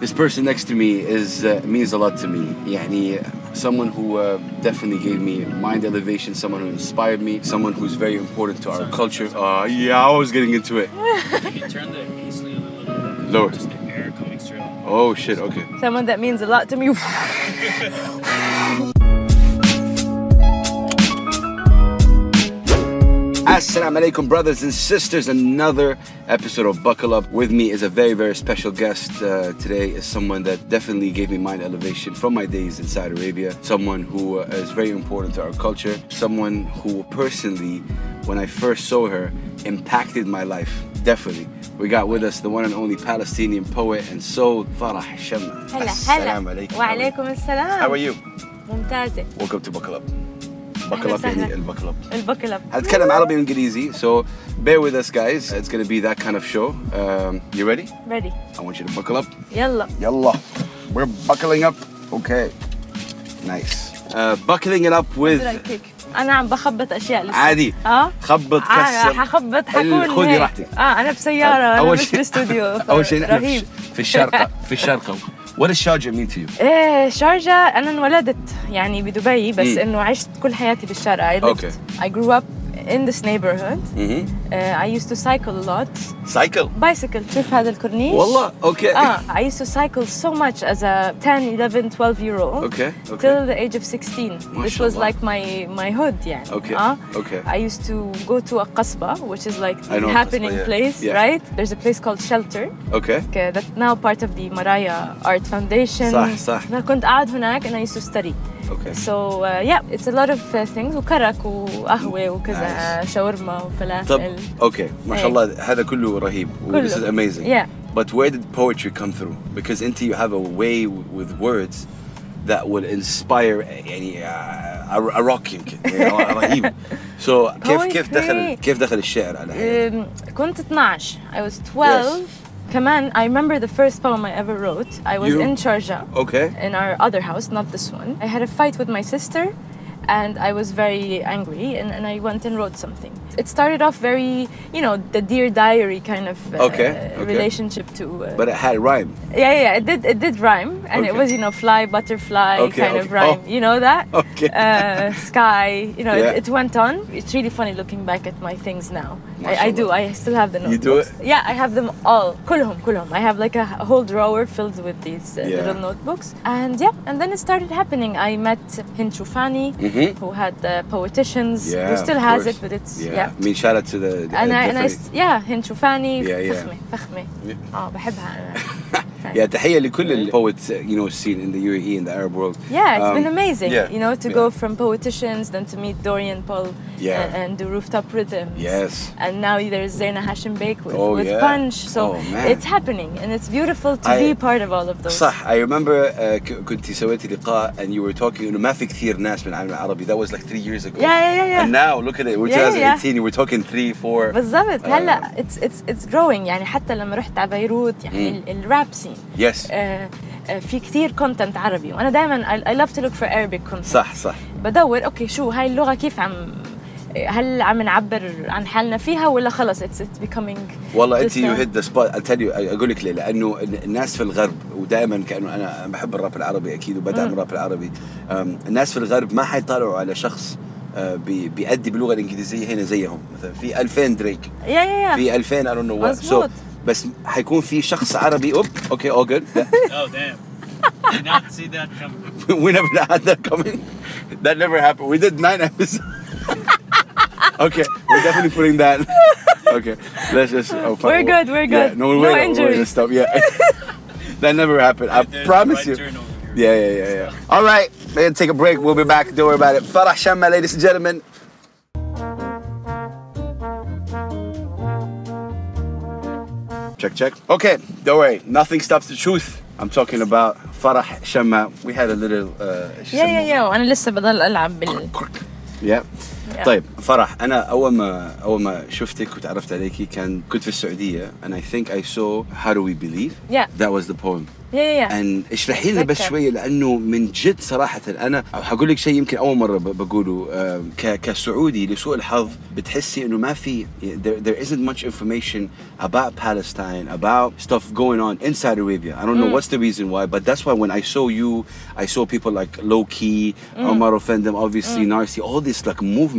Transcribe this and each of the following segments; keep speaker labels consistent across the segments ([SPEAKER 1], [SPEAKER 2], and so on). [SPEAKER 1] this person next to me is uh, means a lot to me. يعني someone who uh, definitely gave me mind elevation, someone who inspired me, someone who's very important to our
[SPEAKER 2] Sorry.
[SPEAKER 1] culture. Uh, yeah, I was getting into it.
[SPEAKER 2] Can you turn the heat sleeve a little bit?
[SPEAKER 1] Lower.
[SPEAKER 2] Just the air coming straight up.
[SPEAKER 1] Oh shit. Okay.
[SPEAKER 3] Someone that means a lot to me.
[SPEAKER 1] Assalamu alaikum, brothers and sisters. Another episode of Buckle Up. With me is a very, very special guest. Uh, today is someone that definitely gave me mind elevation from my days in Saudi Arabia. Someone who uh, is very important to our culture. Someone who personally, when I first saw her, impacted my life. Definitely. We got with us the one and only Palestinian poet and soul, Farah Shemma.
[SPEAKER 3] هلا
[SPEAKER 1] Assalamu
[SPEAKER 3] هلا
[SPEAKER 1] alaikum.
[SPEAKER 3] وعليكم السلام
[SPEAKER 1] How are you?
[SPEAKER 3] ممتازة
[SPEAKER 1] Welcome to Buckle Up. Buckle
[SPEAKER 3] أهلا
[SPEAKER 1] Up يعني
[SPEAKER 3] وسهلا.
[SPEAKER 1] البكل Up.
[SPEAKER 3] البكلب
[SPEAKER 1] هنتكلم عربي وانجليزي so bear with us guys it's gonna be that kind of show um, you ready
[SPEAKER 3] ready
[SPEAKER 1] I want you to buckle up
[SPEAKER 3] يلا
[SPEAKER 1] يلا we're buckling up okay nice uh, buckling it up with
[SPEAKER 3] Right kick. انا إيه عم بخبط اشياء لسه
[SPEAKER 1] عادي
[SPEAKER 3] اه
[SPEAKER 1] خبط
[SPEAKER 3] آه،
[SPEAKER 1] كسر
[SPEAKER 3] حخبط حكون
[SPEAKER 1] ال- خذي
[SPEAKER 3] هيك.
[SPEAKER 1] راحتك.
[SPEAKER 3] اه انا بسيارة انا مش باستوديو
[SPEAKER 1] اول شيء نحن في
[SPEAKER 3] رهيب
[SPEAKER 1] الش- في الشارقة في الشارقة what does Sharjah mean to you
[SPEAKER 3] ايه شارجة انا انولدت يعني بدبي بس
[SPEAKER 1] مم.
[SPEAKER 3] انه عشت كل حياتي بالشارقة I lived
[SPEAKER 1] Okay.
[SPEAKER 3] I grew up in this neighborhood
[SPEAKER 1] mm
[SPEAKER 3] uh, I used to cycle a lot
[SPEAKER 1] cycle
[SPEAKER 3] bicycle شوف هذا الكورنيش
[SPEAKER 1] والله okay
[SPEAKER 3] اه Ah, I used to cycle so much as a 10 11 12 year old
[SPEAKER 1] okay okay
[SPEAKER 3] till the age of 16
[SPEAKER 1] ما
[SPEAKER 3] this
[SPEAKER 1] شاء
[SPEAKER 3] was
[SPEAKER 1] الله.
[SPEAKER 3] like my my hood يعني
[SPEAKER 1] okay
[SPEAKER 3] اه
[SPEAKER 1] okay
[SPEAKER 3] I used to go to a qasba, which is like
[SPEAKER 1] I know
[SPEAKER 3] the happening
[SPEAKER 1] Qasba, yeah.
[SPEAKER 3] place,
[SPEAKER 1] Yeah.
[SPEAKER 3] right? There's a place called Shelter
[SPEAKER 1] okay
[SPEAKER 3] uh, that's now part of the Maraya Art Foundation.
[SPEAKER 1] صح، صح.
[SPEAKER 3] أنا كنت قاعد هناك and I used to study.
[SPEAKER 1] okay
[SPEAKER 3] So uh, yeah, it's a lot of uh, things وكرك وقهوة وكذا شاورما
[SPEAKER 1] طب
[SPEAKER 3] وفلافل.
[SPEAKER 1] اوكي ما شاء
[SPEAKER 3] إيه.
[SPEAKER 1] الله هذا كله رهيب
[SPEAKER 3] كله.
[SPEAKER 1] this is amazing
[SPEAKER 3] Yeah.
[SPEAKER 1] But where did poetry come through? Because Inti, you have a way w- with words that will inspire any uh, a rock يمكن يعني رهيب. So كيف كيف دخل
[SPEAKER 3] Poetry.
[SPEAKER 1] كيف دخل الشعر على حياتك؟
[SPEAKER 3] Um, كنت 12 I was 12 كمان I remember the first poem I ever wrote I was
[SPEAKER 1] You- Oh.
[SPEAKER 3] in Sharjah
[SPEAKER 1] Okay.
[SPEAKER 3] in our other house not this one I had a fight with my sister and I was very angry and, and I went and wrote something it started off very you know the dear diary kind of uh,
[SPEAKER 1] Okay, okay.
[SPEAKER 3] relationship to uh,
[SPEAKER 1] But it had rhyme.
[SPEAKER 3] yeah yeah it did it did rhyme and it
[SPEAKER 1] Okay.
[SPEAKER 3] was you know fly butterfly
[SPEAKER 1] Okay,
[SPEAKER 3] kind of
[SPEAKER 1] okay.
[SPEAKER 3] rhyme
[SPEAKER 1] Oh.
[SPEAKER 3] you know that
[SPEAKER 1] Okay.
[SPEAKER 3] uh, sky you know
[SPEAKER 1] Yeah.
[SPEAKER 3] it, it went on it's really funny looking back at my things now I, I
[SPEAKER 1] Mashallah.
[SPEAKER 3] do I still have the
[SPEAKER 1] You
[SPEAKER 3] notebooks
[SPEAKER 1] do
[SPEAKER 3] yeah I have them all كلهم كلهم I have like a whole drawer filled with these uh,
[SPEAKER 1] Yeah.
[SPEAKER 3] little notebooks and yeah and then it started happening I met Hinchufani
[SPEAKER 1] Mhm.
[SPEAKER 3] who had the poeticians
[SPEAKER 1] Yeah,
[SPEAKER 3] who still
[SPEAKER 1] of
[SPEAKER 3] has
[SPEAKER 1] course.
[SPEAKER 3] it but it's
[SPEAKER 1] Yeah.
[SPEAKER 3] yeah,
[SPEAKER 1] I mean, shout out to the. the
[SPEAKER 3] And I, and I,
[SPEAKER 1] different-
[SPEAKER 3] s- yeah, هنشوفاني
[SPEAKER 1] Yeah, yeah.
[SPEAKER 3] فخمة فخمة
[SPEAKER 1] Yeah.
[SPEAKER 3] اه بحبها أنا
[SPEAKER 1] yeah, تحية لكل ال- poets, uh, you know, seen in the UAE and the Arab world.
[SPEAKER 3] Yeah, it's
[SPEAKER 1] Um,
[SPEAKER 3] been amazing.
[SPEAKER 1] yeah,
[SPEAKER 3] You know, to
[SPEAKER 1] yeah.
[SPEAKER 3] go from poeticians, then to meet Dorian Paul uh,
[SPEAKER 1] Yeah.
[SPEAKER 3] and, and do rooftop rhythms.
[SPEAKER 1] Yes.
[SPEAKER 3] And now there's Zaina Hashim Bake with,
[SPEAKER 1] Oh,
[SPEAKER 3] with
[SPEAKER 1] yeah.
[SPEAKER 3] Punch. So
[SPEAKER 1] Oh, man.
[SPEAKER 3] it's happening and it's beautiful to
[SPEAKER 1] I-
[SPEAKER 3] be part of all of those.
[SPEAKER 1] صح I remember uh, ك- كنت سويت لقاء and you were talking انه ما في كثير ناس من العالم العربي that was like three years ago
[SPEAKER 3] Yeah, yeah, yeah, yeah.
[SPEAKER 1] and now look at it we're
[SPEAKER 3] Yeah, yeah, yeah.
[SPEAKER 1] 2018 you were talking three four
[SPEAKER 3] بالضبط
[SPEAKER 1] Uh,
[SPEAKER 3] هلا it's it's it's growing يعني حتى لما رحت على بيروت يعني
[SPEAKER 1] Mm.
[SPEAKER 3] الراب سين
[SPEAKER 1] yes
[SPEAKER 3] في كثير كونتنت عربي وانا دائما I, I love to look for Arabic content
[SPEAKER 1] صح صح
[SPEAKER 3] بدور اوكي شو هاي اللغه كيف عم هل عم نعبر عن حالنا فيها ولا خلص it's it's becoming
[SPEAKER 1] والله
[SPEAKER 3] Just
[SPEAKER 1] انت يو
[SPEAKER 3] a-
[SPEAKER 1] هيد ذا سبوت تell you اقول لك ليه لانه الناس في الغرب ودائما كانه انا بحب الراب العربي اكيد وبدعم الراب العربي أم، الناس في الغرب ما حيطلعوا على شخص آه، بي- بيأدي باللغه الانجليزيه هنا زيهم مثلا في 2000 دريك
[SPEAKER 3] يا يا يا
[SPEAKER 1] في 2000 اي دونت نو
[SPEAKER 3] مزبوط.
[SPEAKER 1] بس حيكون في شخص عربي اوب اوكي اول جود
[SPEAKER 2] Oh damn! Did not see that coming.
[SPEAKER 1] we never had that coming. That never happened. We did nine episodes. okay, we're definitely putting that. Okay, let's just. Oh, fuck.
[SPEAKER 3] We're good, we're
[SPEAKER 1] Yeah,
[SPEAKER 3] good.
[SPEAKER 1] no, we're
[SPEAKER 3] No
[SPEAKER 1] we're gonna
[SPEAKER 3] injuries.
[SPEAKER 1] stop. Yeah, that never happened. I
[SPEAKER 2] There's the
[SPEAKER 1] promise
[SPEAKER 2] right
[SPEAKER 1] you.
[SPEAKER 2] turn over here.
[SPEAKER 1] Yeah, yeah, yeah, yeah. All right, man, take a break. We'll be back. Don't worry about it. Farah Shamma, ladies and gentlemen. Check, check. Okay, don't worry. Nothing stops the truth. I'm talking about Farah Shamma. We had a little. Uh,
[SPEAKER 3] يا يا يا وانا لسه بضل العب بال
[SPEAKER 1] Yeah.
[SPEAKER 3] Yeah.
[SPEAKER 1] طيب فرح انا اول ما اول ما شفتك وتعرفت عليكي كان كنت في السعوديه and I think I saw How Do We Believe
[SPEAKER 3] Yeah.
[SPEAKER 1] that was the poem
[SPEAKER 3] Yeah, yeah, yeah.
[SPEAKER 1] and اشرحي لنا بس
[SPEAKER 3] أتذكر.
[SPEAKER 1] شويه لانه من جد صراحه انا أو حقول لك شيء يمكن اول مره ب- بقوله آم، ك- كسعودي لسوء الحظ بتحسي انه ما في there, there isn't much information about Palestine about stuff going on inside Arabia I don't
[SPEAKER 3] Mm.
[SPEAKER 1] know what's the reason why but that's why when I saw you I saw people like Loki
[SPEAKER 3] Mm.
[SPEAKER 1] Omar Ofendem obviously Narsi all this like movement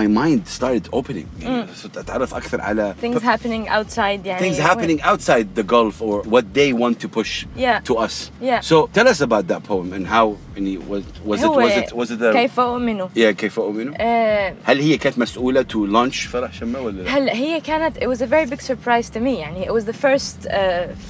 [SPEAKER 1] my mind started opening يعني صرت اتعرف اكثر على
[SPEAKER 3] Mm. Things happening outside. يعني Yeah.
[SPEAKER 1] things happening outside the Gulf or what they want to push
[SPEAKER 3] Yeah.
[SPEAKER 1] to us.
[SPEAKER 3] Yeah.
[SPEAKER 1] So tell us about that poem and how and was was it
[SPEAKER 3] هو
[SPEAKER 1] was it was it the
[SPEAKER 3] كيف أؤمنه
[SPEAKER 1] yeah كيف أؤمنه؟
[SPEAKER 3] آه،
[SPEAKER 1] هل هي كانت مسؤولة to launch فرح شمة ولا لا؟
[SPEAKER 3] هلا هي كانت it was a very big surprise to me يعني it was the first uh,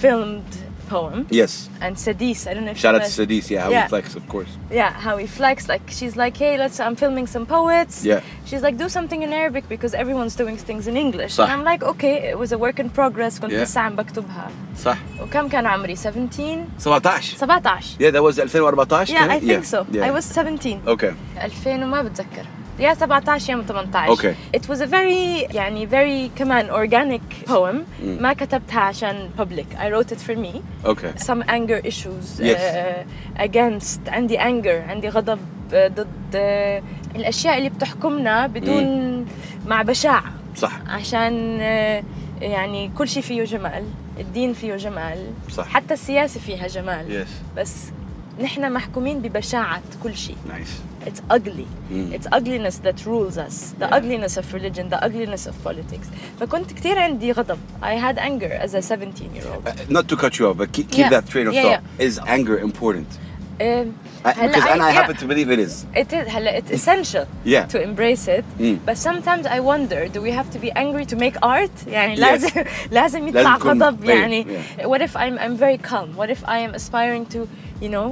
[SPEAKER 3] filmed poem
[SPEAKER 1] Yes.
[SPEAKER 3] and Sadis I don't know if
[SPEAKER 1] Shout
[SPEAKER 3] you
[SPEAKER 1] out to
[SPEAKER 3] guys-
[SPEAKER 1] Sadis, yeah, how
[SPEAKER 3] Yeah.
[SPEAKER 1] we flex, of course.
[SPEAKER 3] yeah how he flexed like she's like hey let's I'm filming some poets
[SPEAKER 1] Yeah.
[SPEAKER 3] she's like do something in Arabic because everyone's doing things in English
[SPEAKER 1] صح.
[SPEAKER 3] and I'm like okay it was a work in progress كنت
[SPEAKER 1] Yeah.
[SPEAKER 3] لسه عم بكتبها
[SPEAKER 1] صح
[SPEAKER 3] وكم كان عمري 17
[SPEAKER 1] 17
[SPEAKER 3] 17
[SPEAKER 1] Yeah, that was 2014
[SPEAKER 3] yeah I
[SPEAKER 1] كانت?
[SPEAKER 3] think so
[SPEAKER 1] yeah.
[SPEAKER 3] I was 17
[SPEAKER 1] Okay.
[SPEAKER 3] 2000 وما بتذكر يا 17 يا 18
[SPEAKER 1] أوكي.
[SPEAKER 3] It was a very يعني very كمان organic poem
[SPEAKER 1] Mm.
[SPEAKER 3] ما كتبتها عشان public I wrote it for me
[SPEAKER 1] Okay.
[SPEAKER 3] some anger issues
[SPEAKER 1] Yes.
[SPEAKER 3] uh, against عندي anger عندي غضب uh, ضد uh, الأشياء اللي بتحكمنا بدون مع بشاعة
[SPEAKER 1] صح
[SPEAKER 3] عشان آه، يعني كل شيء فيه جمال الدين فيه جمال
[SPEAKER 1] صح.
[SPEAKER 3] حتى السياسة فيها جمال
[SPEAKER 1] Yes.
[SPEAKER 3] بس نحن محكومين ببشاعة كل شيء
[SPEAKER 1] Nice. Uh,
[SPEAKER 3] it's ugly
[SPEAKER 1] Mm.
[SPEAKER 3] it's ugliness that rules us the
[SPEAKER 1] Yeah.
[SPEAKER 3] ugliness of religion the ugliness of politics فكنت كثير عندي غضب I had anger as a 17 year old
[SPEAKER 1] Uh, not to cut you off, but keep, keep
[SPEAKER 3] Yeah.
[SPEAKER 1] that train of
[SPEAKER 3] Yeah,
[SPEAKER 1] thought. Is anger important?
[SPEAKER 3] Um,
[SPEAKER 1] I,
[SPEAKER 3] هلا
[SPEAKER 1] because
[SPEAKER 3] I-
[SPEAKER 1] and I
[SPEAKER 3] yeah.
[SPEAKER 1] happen to believe it is.
[SPEAKER 3] it is هلا it's essential
[SPEAKER 1] Yeah.
[SPEAKER 3] to embrace it
[SPEAKER 1] Mm.
[SPEAKER 3] but sometimes I wonder do we have to be angry to make art يعني
[SPEAKER 1] Yes.
[SPEAKER 3] لازم لازم يطلع
[SPEAKER 1] تكون-
[SPEAKER 3] غضب
[SPEAKER 1] إيه،
[SPEAKER 3] يعني what if I'm I'm very calm what if I am aspiring to you know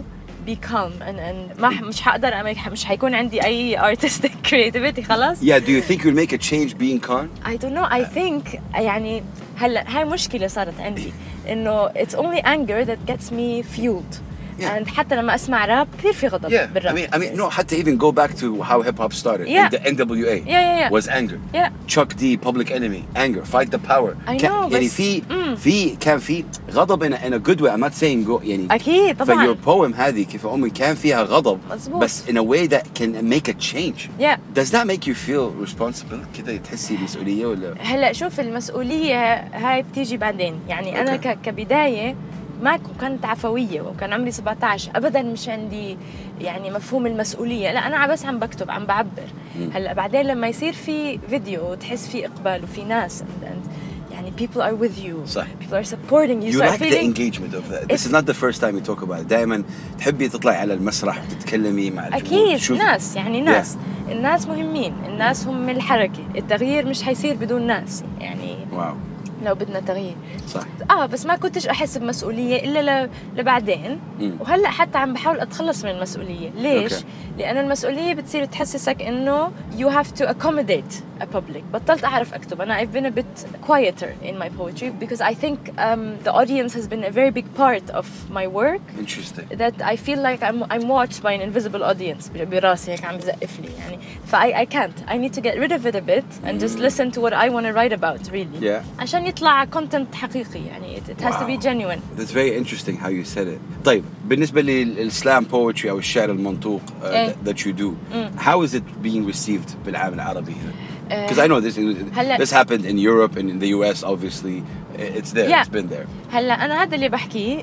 [SPEAKER 3] be calm and and
[SPEAKER 1] Mm.
[SPEAKER 3] ما ح- مش حقدر أعمل- مش حيكون عندي أي artistic creativity خلاص
[SPEAKER 1] Yeah, do you think you'll make a change being calm?
[SPEAKER 3] I don't know I think يعني هلا هاي مشكلة صارت عندي إنه it's only anger that gets me fueled
[SPEAKER 1] Yeah.
[SPEAKER 3] and حتى لما أسمع راب كثير في غضب
[SPEAKER 1] Yeah,
[SPEAKER 3] بالراب
[SPEAKER 1] I mean, I mean, no, had to even go back to how hip hop started.
[SPEAKER 3] uh, Yeah.
[SPEAKER 1] And the NWA
[SPEAKER 3] Yeah, yeah, yeah.
[SPEAKER 1] was anger.
[SPEAKER 3] yeah.
[SPEAKER 1] Chuck D, Public Enemy, anger, fight the power.
[SPEAKER 3] I
[SPEAKER 1] كان-
[SPEAKER 3] know,
[SPEAKER 1] يعني
[SPEAKER 3] بس-
[SPEAKER 1] في
[SPEAKER 3] mm.
[SPEAKER 1] في كان في غضب in a, in a good way. I'm not saying go يعني.
[SPEAKER 3] أكيد
[SPEAKER 1] But your
[SPEAKER 3] طبعا
[SPEAKER 1] poem هذه كيف أمي كان فيها غضب
[SPEAKER 3] مظبوط.
[SPEAKER 1] بس in a way that can make a change.
[SPEAKER 3] Yeah.
[SPEAKER 1] Does that make you feel responsible كده تحسي مسؤولية ولا؟
[SPEAKER 3] هلا شوف المسؤولية هاي بتيجي بعدين يعني أنا
[SPEAKER 1] Okay.
[SPEAKER 3] ك- كبداية ما ك- كنت عفوية وكان عمري 17 أبدا مش عندي يعني مفهوم المسؤولية لا أنا بس عم بكتب عم بعبر هلا بعدين لما يصير في فيديو وتحس في إقبال وفي ناس and, and يعني people are with you
[SPEAKER 1] صح.
[SPEAKER 3] people are supporting you
[SPEAKER 1] You
[SPEAKER 3] start
[SPEAKER 1] like the
[SPEAKER 3] feeling-
[SPEAKER 1] engagement of that. This
[SPEAKER 3] It's-
[SPEAKER 1] is not the first time you talk about it. دائما تحبي تطلعي على المسرح وتتكلمي مع الجمهور.
[SPEAKER 3] اكيد
[SPEAKER 1] تشوفي-
[SPEAKER 3] ناس يعني ناس الناس مهمين الناس هم الحركه التغيير مش حيصير بدون ناس يعني
[SPEAKER 1] واو
[SPEAKER 3] لو بدنا تغيير
[SPEAKER 1] صح
[SPEAKER 3] اه بس ما كنتش احس بمسؤوليه الا ل- لبعدين
[SPEAKER 1] مم.
[SPEAKER 3] وهلا حتى عم بحاول اتخلص من المسؤوليه ليش
[SPEAKER 1] أوكي.
[SPEAKER 3] لانه المسؤوليه بتصير تحسسك انه you have to accommodate a public بطلت اعرف اكتب انا I've been a bit quieter in my poetry because I think um, the audience has been a very big part of my work
[SPEAKER 1] interesting
[SPEAKER 3] that I feel like I'm, I'm watched by an invisible audience ب- براسي هيك عم بزقف لي يعني ف I, I can't I need to get rid of it a bit and just listen to what I want to write about really
[SPEAKER 1] Yeah.
[SPEAKER 3] عشان يطلع content حقيقي يعني it, it has to be
[SPEAKER 1] Wow.
[SPEAKER 3] genuine
[SPEAKER 1] That's very interesting how you said it. طيب بالنسبة للسلام poetry أو الشعر المنطوق uh,
[SPEAKER 3] إيه.
[SPEAKER 1] that, that you do, how is it being received بالعالم العربي هنا?
[SPEAKER 3] آه،
[SPEAKER 1] Because I know this
[SPEAKER 3] هلا-
[SPEAKER 1] this happened in Europe and in the US obviously it's there
[SPEAKER 3] Yeah.
[SPEAKER 1] it's been there.
[SPEAKER 3] هلا انا آه، هذا اللي بحكيه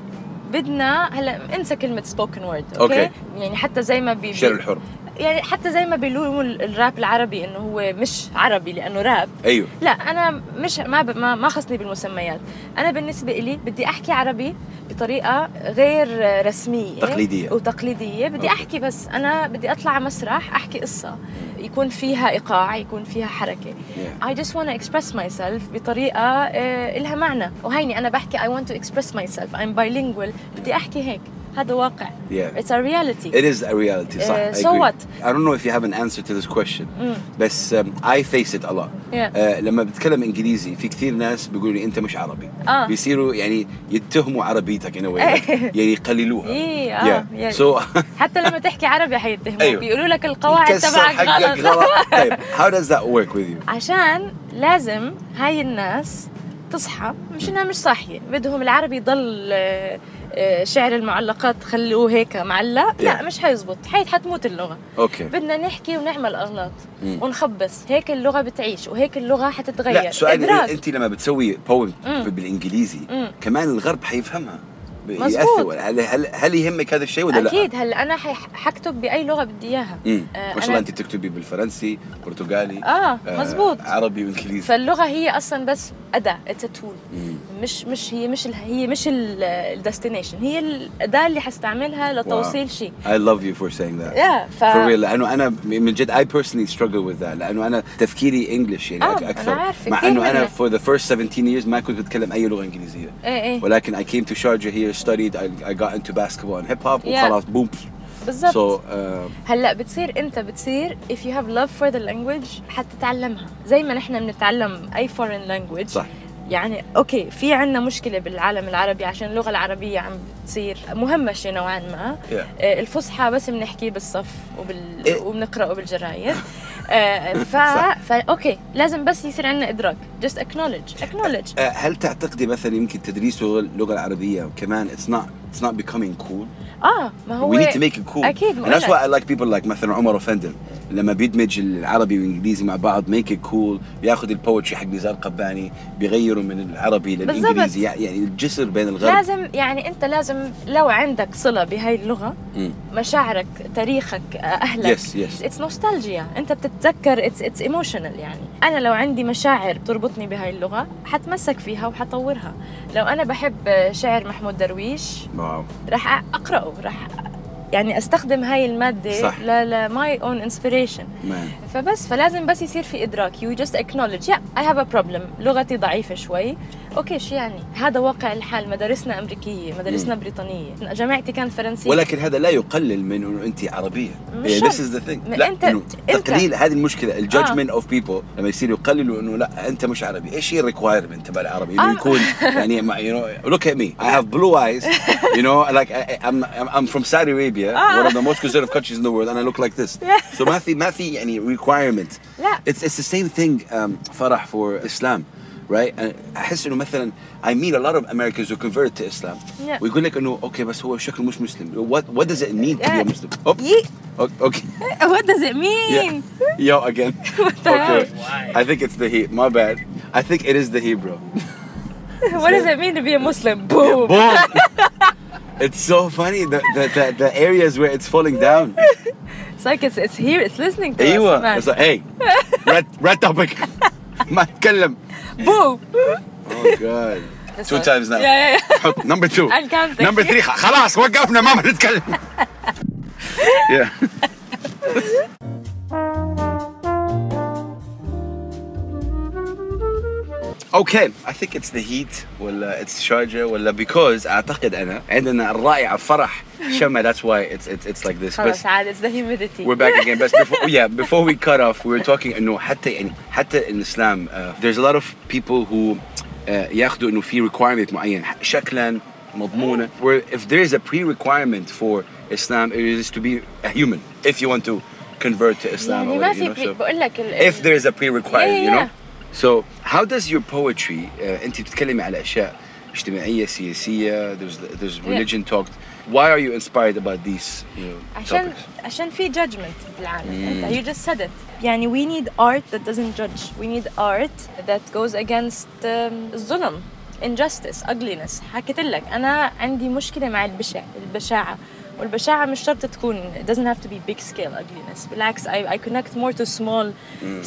[SPEAKER 3] بدنا هلا انسى كلمة spoken word
[SPEAKER 1] أوكي.
[SPEAKER 3] يعني حتى زي ما بي
[SPEAKER 1] الشعر
[SPEAKER 3] بي-
[SPEAKER 1] الحر
[SPEAKER 3] يعني حتى زي ما بيلوموا ال- الراب العربي انه هو مش عربي لانه راب
[SPEAKER 1] أيوه
[SPEAKER 3] لا انا مش ما ب- ما, ما خصني بالمسميات انا بالنسبه لي بدي احكي عربي بطريقه غير رسميه
[SPEAKER 1] تقليدية.
[SPEAKER 3] وتقليديه بدي
[SPEAKER 1] أوكي.
[SPEAKER 3] احكي بس انا بدي اطلع على مسرح احكي قصه يكون فيها ايقاع يكون فيها حركه
[SPEAKER 1] Yeah.
[SPEAKER 3] I just want to express myself بطريقه آه، إلها معنى وهيني انا بحكي I want to express myself I'm bilingual بدي احكي هيك هذا واقع
[SPEAKER 1] Yeah.
[SPEAKER 3] it's a reality
[SPEAKER 1] It is a reality صح
[SPEAKER 3] Uh,
[SPEAKER 1] I
[SPEAKER 3] so
[SPEAKER 1] agree.
[SPEAKER 3] what?
[SPEAKER 1] I don't know if you have an answer to this question
[SPEAKER 3] Mm.
[SPEAKER 1] بس um, I face it a lot
[SPEAKER 3] Yeah.
[SPEAKER 1] uh, لما بتكلم انجليزي في كثير ناس بيقولوا لي انت مش عربي
[SPEAKER 3] آه.
[SPEAKER 1] بيصيروا يعني يتهموا عربيتك in a way يعني يقللوها
[SPEAKER 3] إيه، آه.
[SPEAKER 1] yeah.
[SPEAKER 3] يعني-
[SPEAKER 1] so
[SPEAKER 3] حتى لما تحكي عربي حيتهموك
[SPEAKER 1] أيوة.
[SPEAKER 3] بيقولوا لك القواعد
[SPEAKER 1] يكسر
[SPEAKER 3] تبعك
[SPEAKER 1] حقك
[SPEAKER 3] غلط
[SPEAKER 1] غلط طيب how does that work with you
[SPEAKER 3] عشان لازم هاي الناس تصحى مش انها مش صاحيه بدهم العربي يضل آه، آه، شعر المعلقات خلوه هيك معلق لا
[SPEAKER 1] Yeah.
[SPEAKER 3] مش حيزبط حي حتموت اللغه
[SPEAKER 1] اوكي
[SPEAKER 3] بدنا نحكي ونعمل اغلاط
[SPEAKER 1] مم.
[SPEAKER 3] ونخبص هيك اللغه بتعيش وهيك اللغه حتتغير
[SPEAKER 1] Mm. لا إيه، سؤال
[SPEAKER 3] إدراك.
[SPEAKER 1] انت لما بتسوي بوم
[SPEAKER 3] مم.
[SPEAKER 1] بالانجليزي
[SPEAKER 3] مم.
[SPEAKER 1] كمان الغرب حيفهمها ب-
[SPEAKER 3] مزبوط.
[SPEAKER 1] يأثر. هل هل, هل يهمك هذا الشيء ولا لا؟ Mm.
[SPEAKER 3] اكيد هلا انا حي- حكتب باي لغه بدي اياها
[SPEAKER 1] مم.
[SPEAKER 3] آه،
[SPEAKER 1] ما شاء
[SPEAKER 3] أنا-
[SPEAKER 1] الله انت بتكتبي بالفرنسي برتغالي
[SPEAKER 3] اه
[SPEAKER 1] آه،
[SPEAKER 3] مزبوط
[SPEAKER 1] عربي وانجليزي
[SPEAKER 3] فاللغه هي اصلا بس اداه اتس تول
[SPEAKER 1] مم.
[SPEAKER 3] مش مش هي مش ال- هي مش الديستنيشن هي الاداه اللي حستعملها لتوصيل شيء
[SPEAKER 1] I love you for saying that
[SPEAKER 3] يا ف
[SPEAKER 1] for real لانه انا من جد I personally struggle with that لانه انا تفكيري انجلش يعني
[SPEAKER 3] آه،
[SPEAKER 1] أك- اكثر
[SPEAKER 3] أنا عارفة
[SPEAKER 1] مع
[SPEAKER 3] كتير
[SPEAKER 1] انه انا
[SPEAKER 3] منك.
[SPEAKER 1] for the first 17 years ما كنت بتكلم اي لغه انجليزيه
[SPEAKER 3] ايه ايه
[SPEAKER 1] ولكن I came to Sharjah here studied I, I got into basketball and hip hop
[SPEAKER 3] Yeah.
[SPEAKER 1] وخلاص بوم
[SPEAKER 3] بالضبط
[SPEAKER 1] so
[SPEAKER 3] so,
[SPEAKER 1] uh,
[SPEAKER 3] هلا بتصير انت بتصير if you have love for the language حتتعلمها زي ما نحن بنتعلم اي foreign language
[SPEAKER 1] صح
[SPEAKER 3] يعني اوكي في عنا مشكله بالعالم العربي عشان اللغه العربيه عم بتصير مهمشه نوعا ما
[SPEAKER 1] yeah.
[SPEAKER 3] آه، الفصحى بس بنحكيه بالصف وبال...
[SPEAKER 1] إيه.
[SPEAKER 3] وبنقراه بالجرايد آه، ف...
[SPEAKER 1] صح.
[SPEAKER 3] ف اوكي لازم بس يصير عندنا ادراك just acknowledge acknowledge
[SPEAKER 1] آه، هل تعتقدي مثلا يمكن تدريس اللغة- اللغه العربيه كمان it's not it's not becoming cool
[SPEAKER 3] اه ما هو
[SPEAKER 1] we need to make it cool
[SPEAKER 3] أكيد،
[SPEAKER 1] and that's
[SPEAKER 3] وأنا-
[SPEAKER 1] why I like people like مثلا عمر وفندم لما بيدمج العربي والانجليزي مع بعض make it cool بياخذ البوتري حق نزار قباني بيغيره من العربي
[SPEAKER 3] بالضبط.
[SPEAKER 1] للانجليزي يعني الجسر بين الغرب
[SPEAKER 3] لازم يعني انت لازم لو عندك صله بهاي اللغه
[SPEAKER 1] مم.
[SPEAKER 3] مشاعرك تاريخك آه، اهلك
[SPEAKER 1] Yes, yes.
[SPEAKER 3] اتس نوستالجيا انت بتتذكر اتس اتس ايموشنال يعني انا لو عندي مشاعر بتربطني بهاي اللغه حتمسك فيها وحطورها لو انا بحب آه، شعر محمود درويش
[SPEAKER 1] واو
[SPEAKER 3] راح اقراه راح يعني استخدم هاي الماده
[SPEAKER 1] صح.
[SPEAKER 3] لماي اون انسبيريشن
[SPEAKER 1] مان
[SPEAKER 3] فبس فلازم بس يصير في ادراك يو جاست اكنولج يا اي هاف ا بروبلم لغتي ضعيفه شوي اوكي شو يعني هذا واقع الحال مدارسنا امريكيه مدارسنا بريطانيه جامعتي كانت فرنسيه
[SPEAKER 1] ولكن هذا لا يقلل من انه انت عربيه
[SPEAKER 3] مش
[SPEAKER 1] إيه،
[SPEAKER 3] شرط.
[SPEAKER 1] this is the thing
[SPEAKER 3] ما
[SPEAKER 1] لا
[SPEAKER 3] أنت-
[SPEAKER 1] إنه
[SPEAKER 3] أنت. آه.
[SPEAKER 1] تقليل هذه المشكله الجادجمنت اوف بيبل لما يصير يقللوا انه لا انت مش عربي ايش هي الريكوايرمنت تبع العربي انه
[SPEAKER 3] آه.
[SPEAKER 1] يكون يعني ما you know look at me I have blue eyes you know like I, I- I'm I'm- I'm from Saudi Arabia
[SPEAKER 3] آه.
[SPEAKER 1] one of the most conservative countries in the world and I look like this so ما في ما في يعني requirement
[SPEAKER 3] لا
[SPEAKER 1] it's it's the same thing um, فرح for Islam right and احس انه مثلا I meet a lot of Americans who convert to Islam
[SPEAKER 3] Yeah.
[SPEAKER 1] ويقول لك انه اوكي بس هو شكله مش مسلم what what does it mean to be a
[SPEAKER 3] Yeah.
[SPEAKER 1] Muslim oh,
[SPEAKER 3] يي
[SPEAKER 1] okay
[SPEAKER 3] وات داز ات مين
[SPEAKER 1] yo again
[SPEAKER 3] What the
[SPEAKER 1] okay
[SPEAKER 2] hell?
[SPEAKER 1] I think it's the heat my bad I think it is the heat bro
[SPEAKER 3] وات داز ات مين تو بي مسلم
[SPEAKER 1] Yeah,
[SPEAKER 3] بوم
[SPEAKER 1] boom it's so funny the, the, the, the areas where it's falling down
[SPEAKER 3] It's like it's it's here it's listening to us
[SPEAKER 1] ايوه
[SPEAKER 3] man.
[SPEAKER 1] it's like hey red red topic ما اتكلم
[SPEAKER 3] boom
[SPEAKER 1] oh god
[SPEAKER 3] This
[SPEAKER 1] Two
[SPEAKER 3] one.
[SPEAKER 1] times now.
[SPEAKER 3] yeah yeah yeah
[SPEAKER 1] حط نمبر 2
[SPEAKER 3] I'm counting.
[SPEAKER 1] نمبر 3 خلاص وقفنا ما بنتكلم Yeah. Okay, I think it's the heat ولا it's Sharjah ولا because أعتقد أنا عندنا الرائعة فرح شمع that's why it's it's it's like this بس
[SPEAKER 3] خلاص عاد it's the humidity
[SPEAKER 1] We're back again. But before, yeah, before we cut off, we were talking انه حتى يعني حتى in Islam, uh, there's a lot of people who uh, ياخذوا انه في requirement معين شكلا مضمونة. Where if there is a pre-requirement for Islam, it is to be a human if you want to convert to Islam.
[SPEAKER 3] يعني
[SPEAKER 1] or,
[SPEAKER 3] ما
[SPEAKER 1] you
[SPEAKER 3] في
[SPEAKER 1] know,
[SPEAKER 3] بري-
[SPEAKER 1] so-
[SPEAKER 3] بقول لك ال-
[SPEAKER 1] if there is a pre-requirement,
[SPEAKER 3] Yeah,
[SPEAKER 1] you
[SPEAKER 3] yeah,
[SPEAKER 1] know.
[SPEAKER 3] yeah.
[SPEAKER 1] So how does your poetry? Uh, أنت بتتكلمي على أشياء اجتماعية سياسية. There's there's religion talked. Why are you inspired about these? You know,
[SPEAKER 3] عشان
[SPEAKER 1] topics?
[SPEAKER 3] عشان في judgment بالعالم انت you just said it يعني we need art that doesn't judge we need art that goes against um, الظلم injustice ugliness حكيت لك انا عندي مشكله مع البشع البشاعه والبشاعة مش شرط تكون it doesn't have to be big scale ugliness بالعكس I, I connect more to small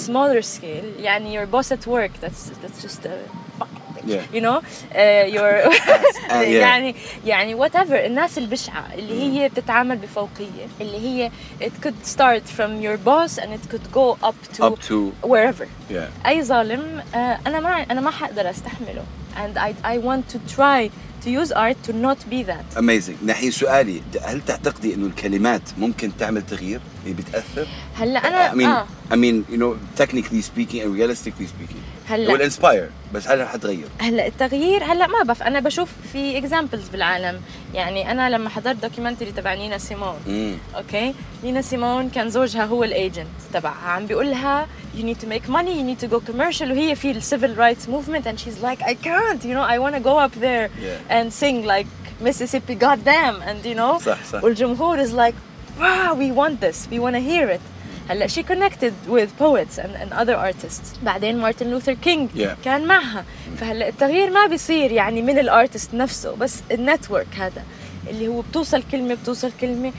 [SPEAKER 3] smaller scale يعني your boss at work that's that's just a fucking bitch
[SPEAKER 1] Yeah.
[SPEAKER 3] you know uh, your
[SPEAKER 1] آه، yeah.
[SPEAKER 3] يعني يعني وات ايفر الناس البشعه اللي هي بتتعامل بفوقيه اللي هي it could start from your boss and it could go up to,
[SPEAKER 1] Up to
[SPEAKER 3] wherever
[SPEAKER 1] yeah.
[SPEAKER 3] اي ظالم آه، انا ما انا ما حقدر استحمله and I I want to try to use art to not be that
[SPEAKER 1] اميزنج نحن سؤالي د- هل تعتقدي انه الكلمات ممكن تعمل تغيير يعني بتاثر
[SPEAKER 3] هلا انا
[SPEAKER 1] I mean
[SPEAKER 3] اه
[SPEAKER 1] I mean you know technically speaking and realistically speaking it will
[SPEAKER 3] هلا
[SPEAKER 1] inspire بس هل حتغير
[SPEAKER 3] هلا التغيير هلا ما بف انا بشوف في examples بالعالم يعني انا لما حضرت دوكيومنتري تبع نينا سيمون
[SPEAKER 1] امم
[SPEAKER 3] اوكي نينا سيمون كان زوجها هو الايجنت تبعها عم بيقول لها you need to make money you need to go commercial وهي في السيفل رايتس موفمنت and she's like I can't you know I want to go up there
[SPEAKER 1] Yeah.
[SPEAKER 3] and sing like Mississippi goddamn and you know
[SPEAKER 1] صح صح
[SPEAKER 3] والجمهور is like wow we want this we want to hear it هلا she connected with poets and, and other artists بعدين مارتن لوثر كينج
[SPEAKER 1] Yeah.
[SPEAKER 3] كان معها فهلا التغيير ما بيصير يعني من الارتست نفسه بس النتورك هذا اللي هو بتوصل كلمه بتوصل كلمه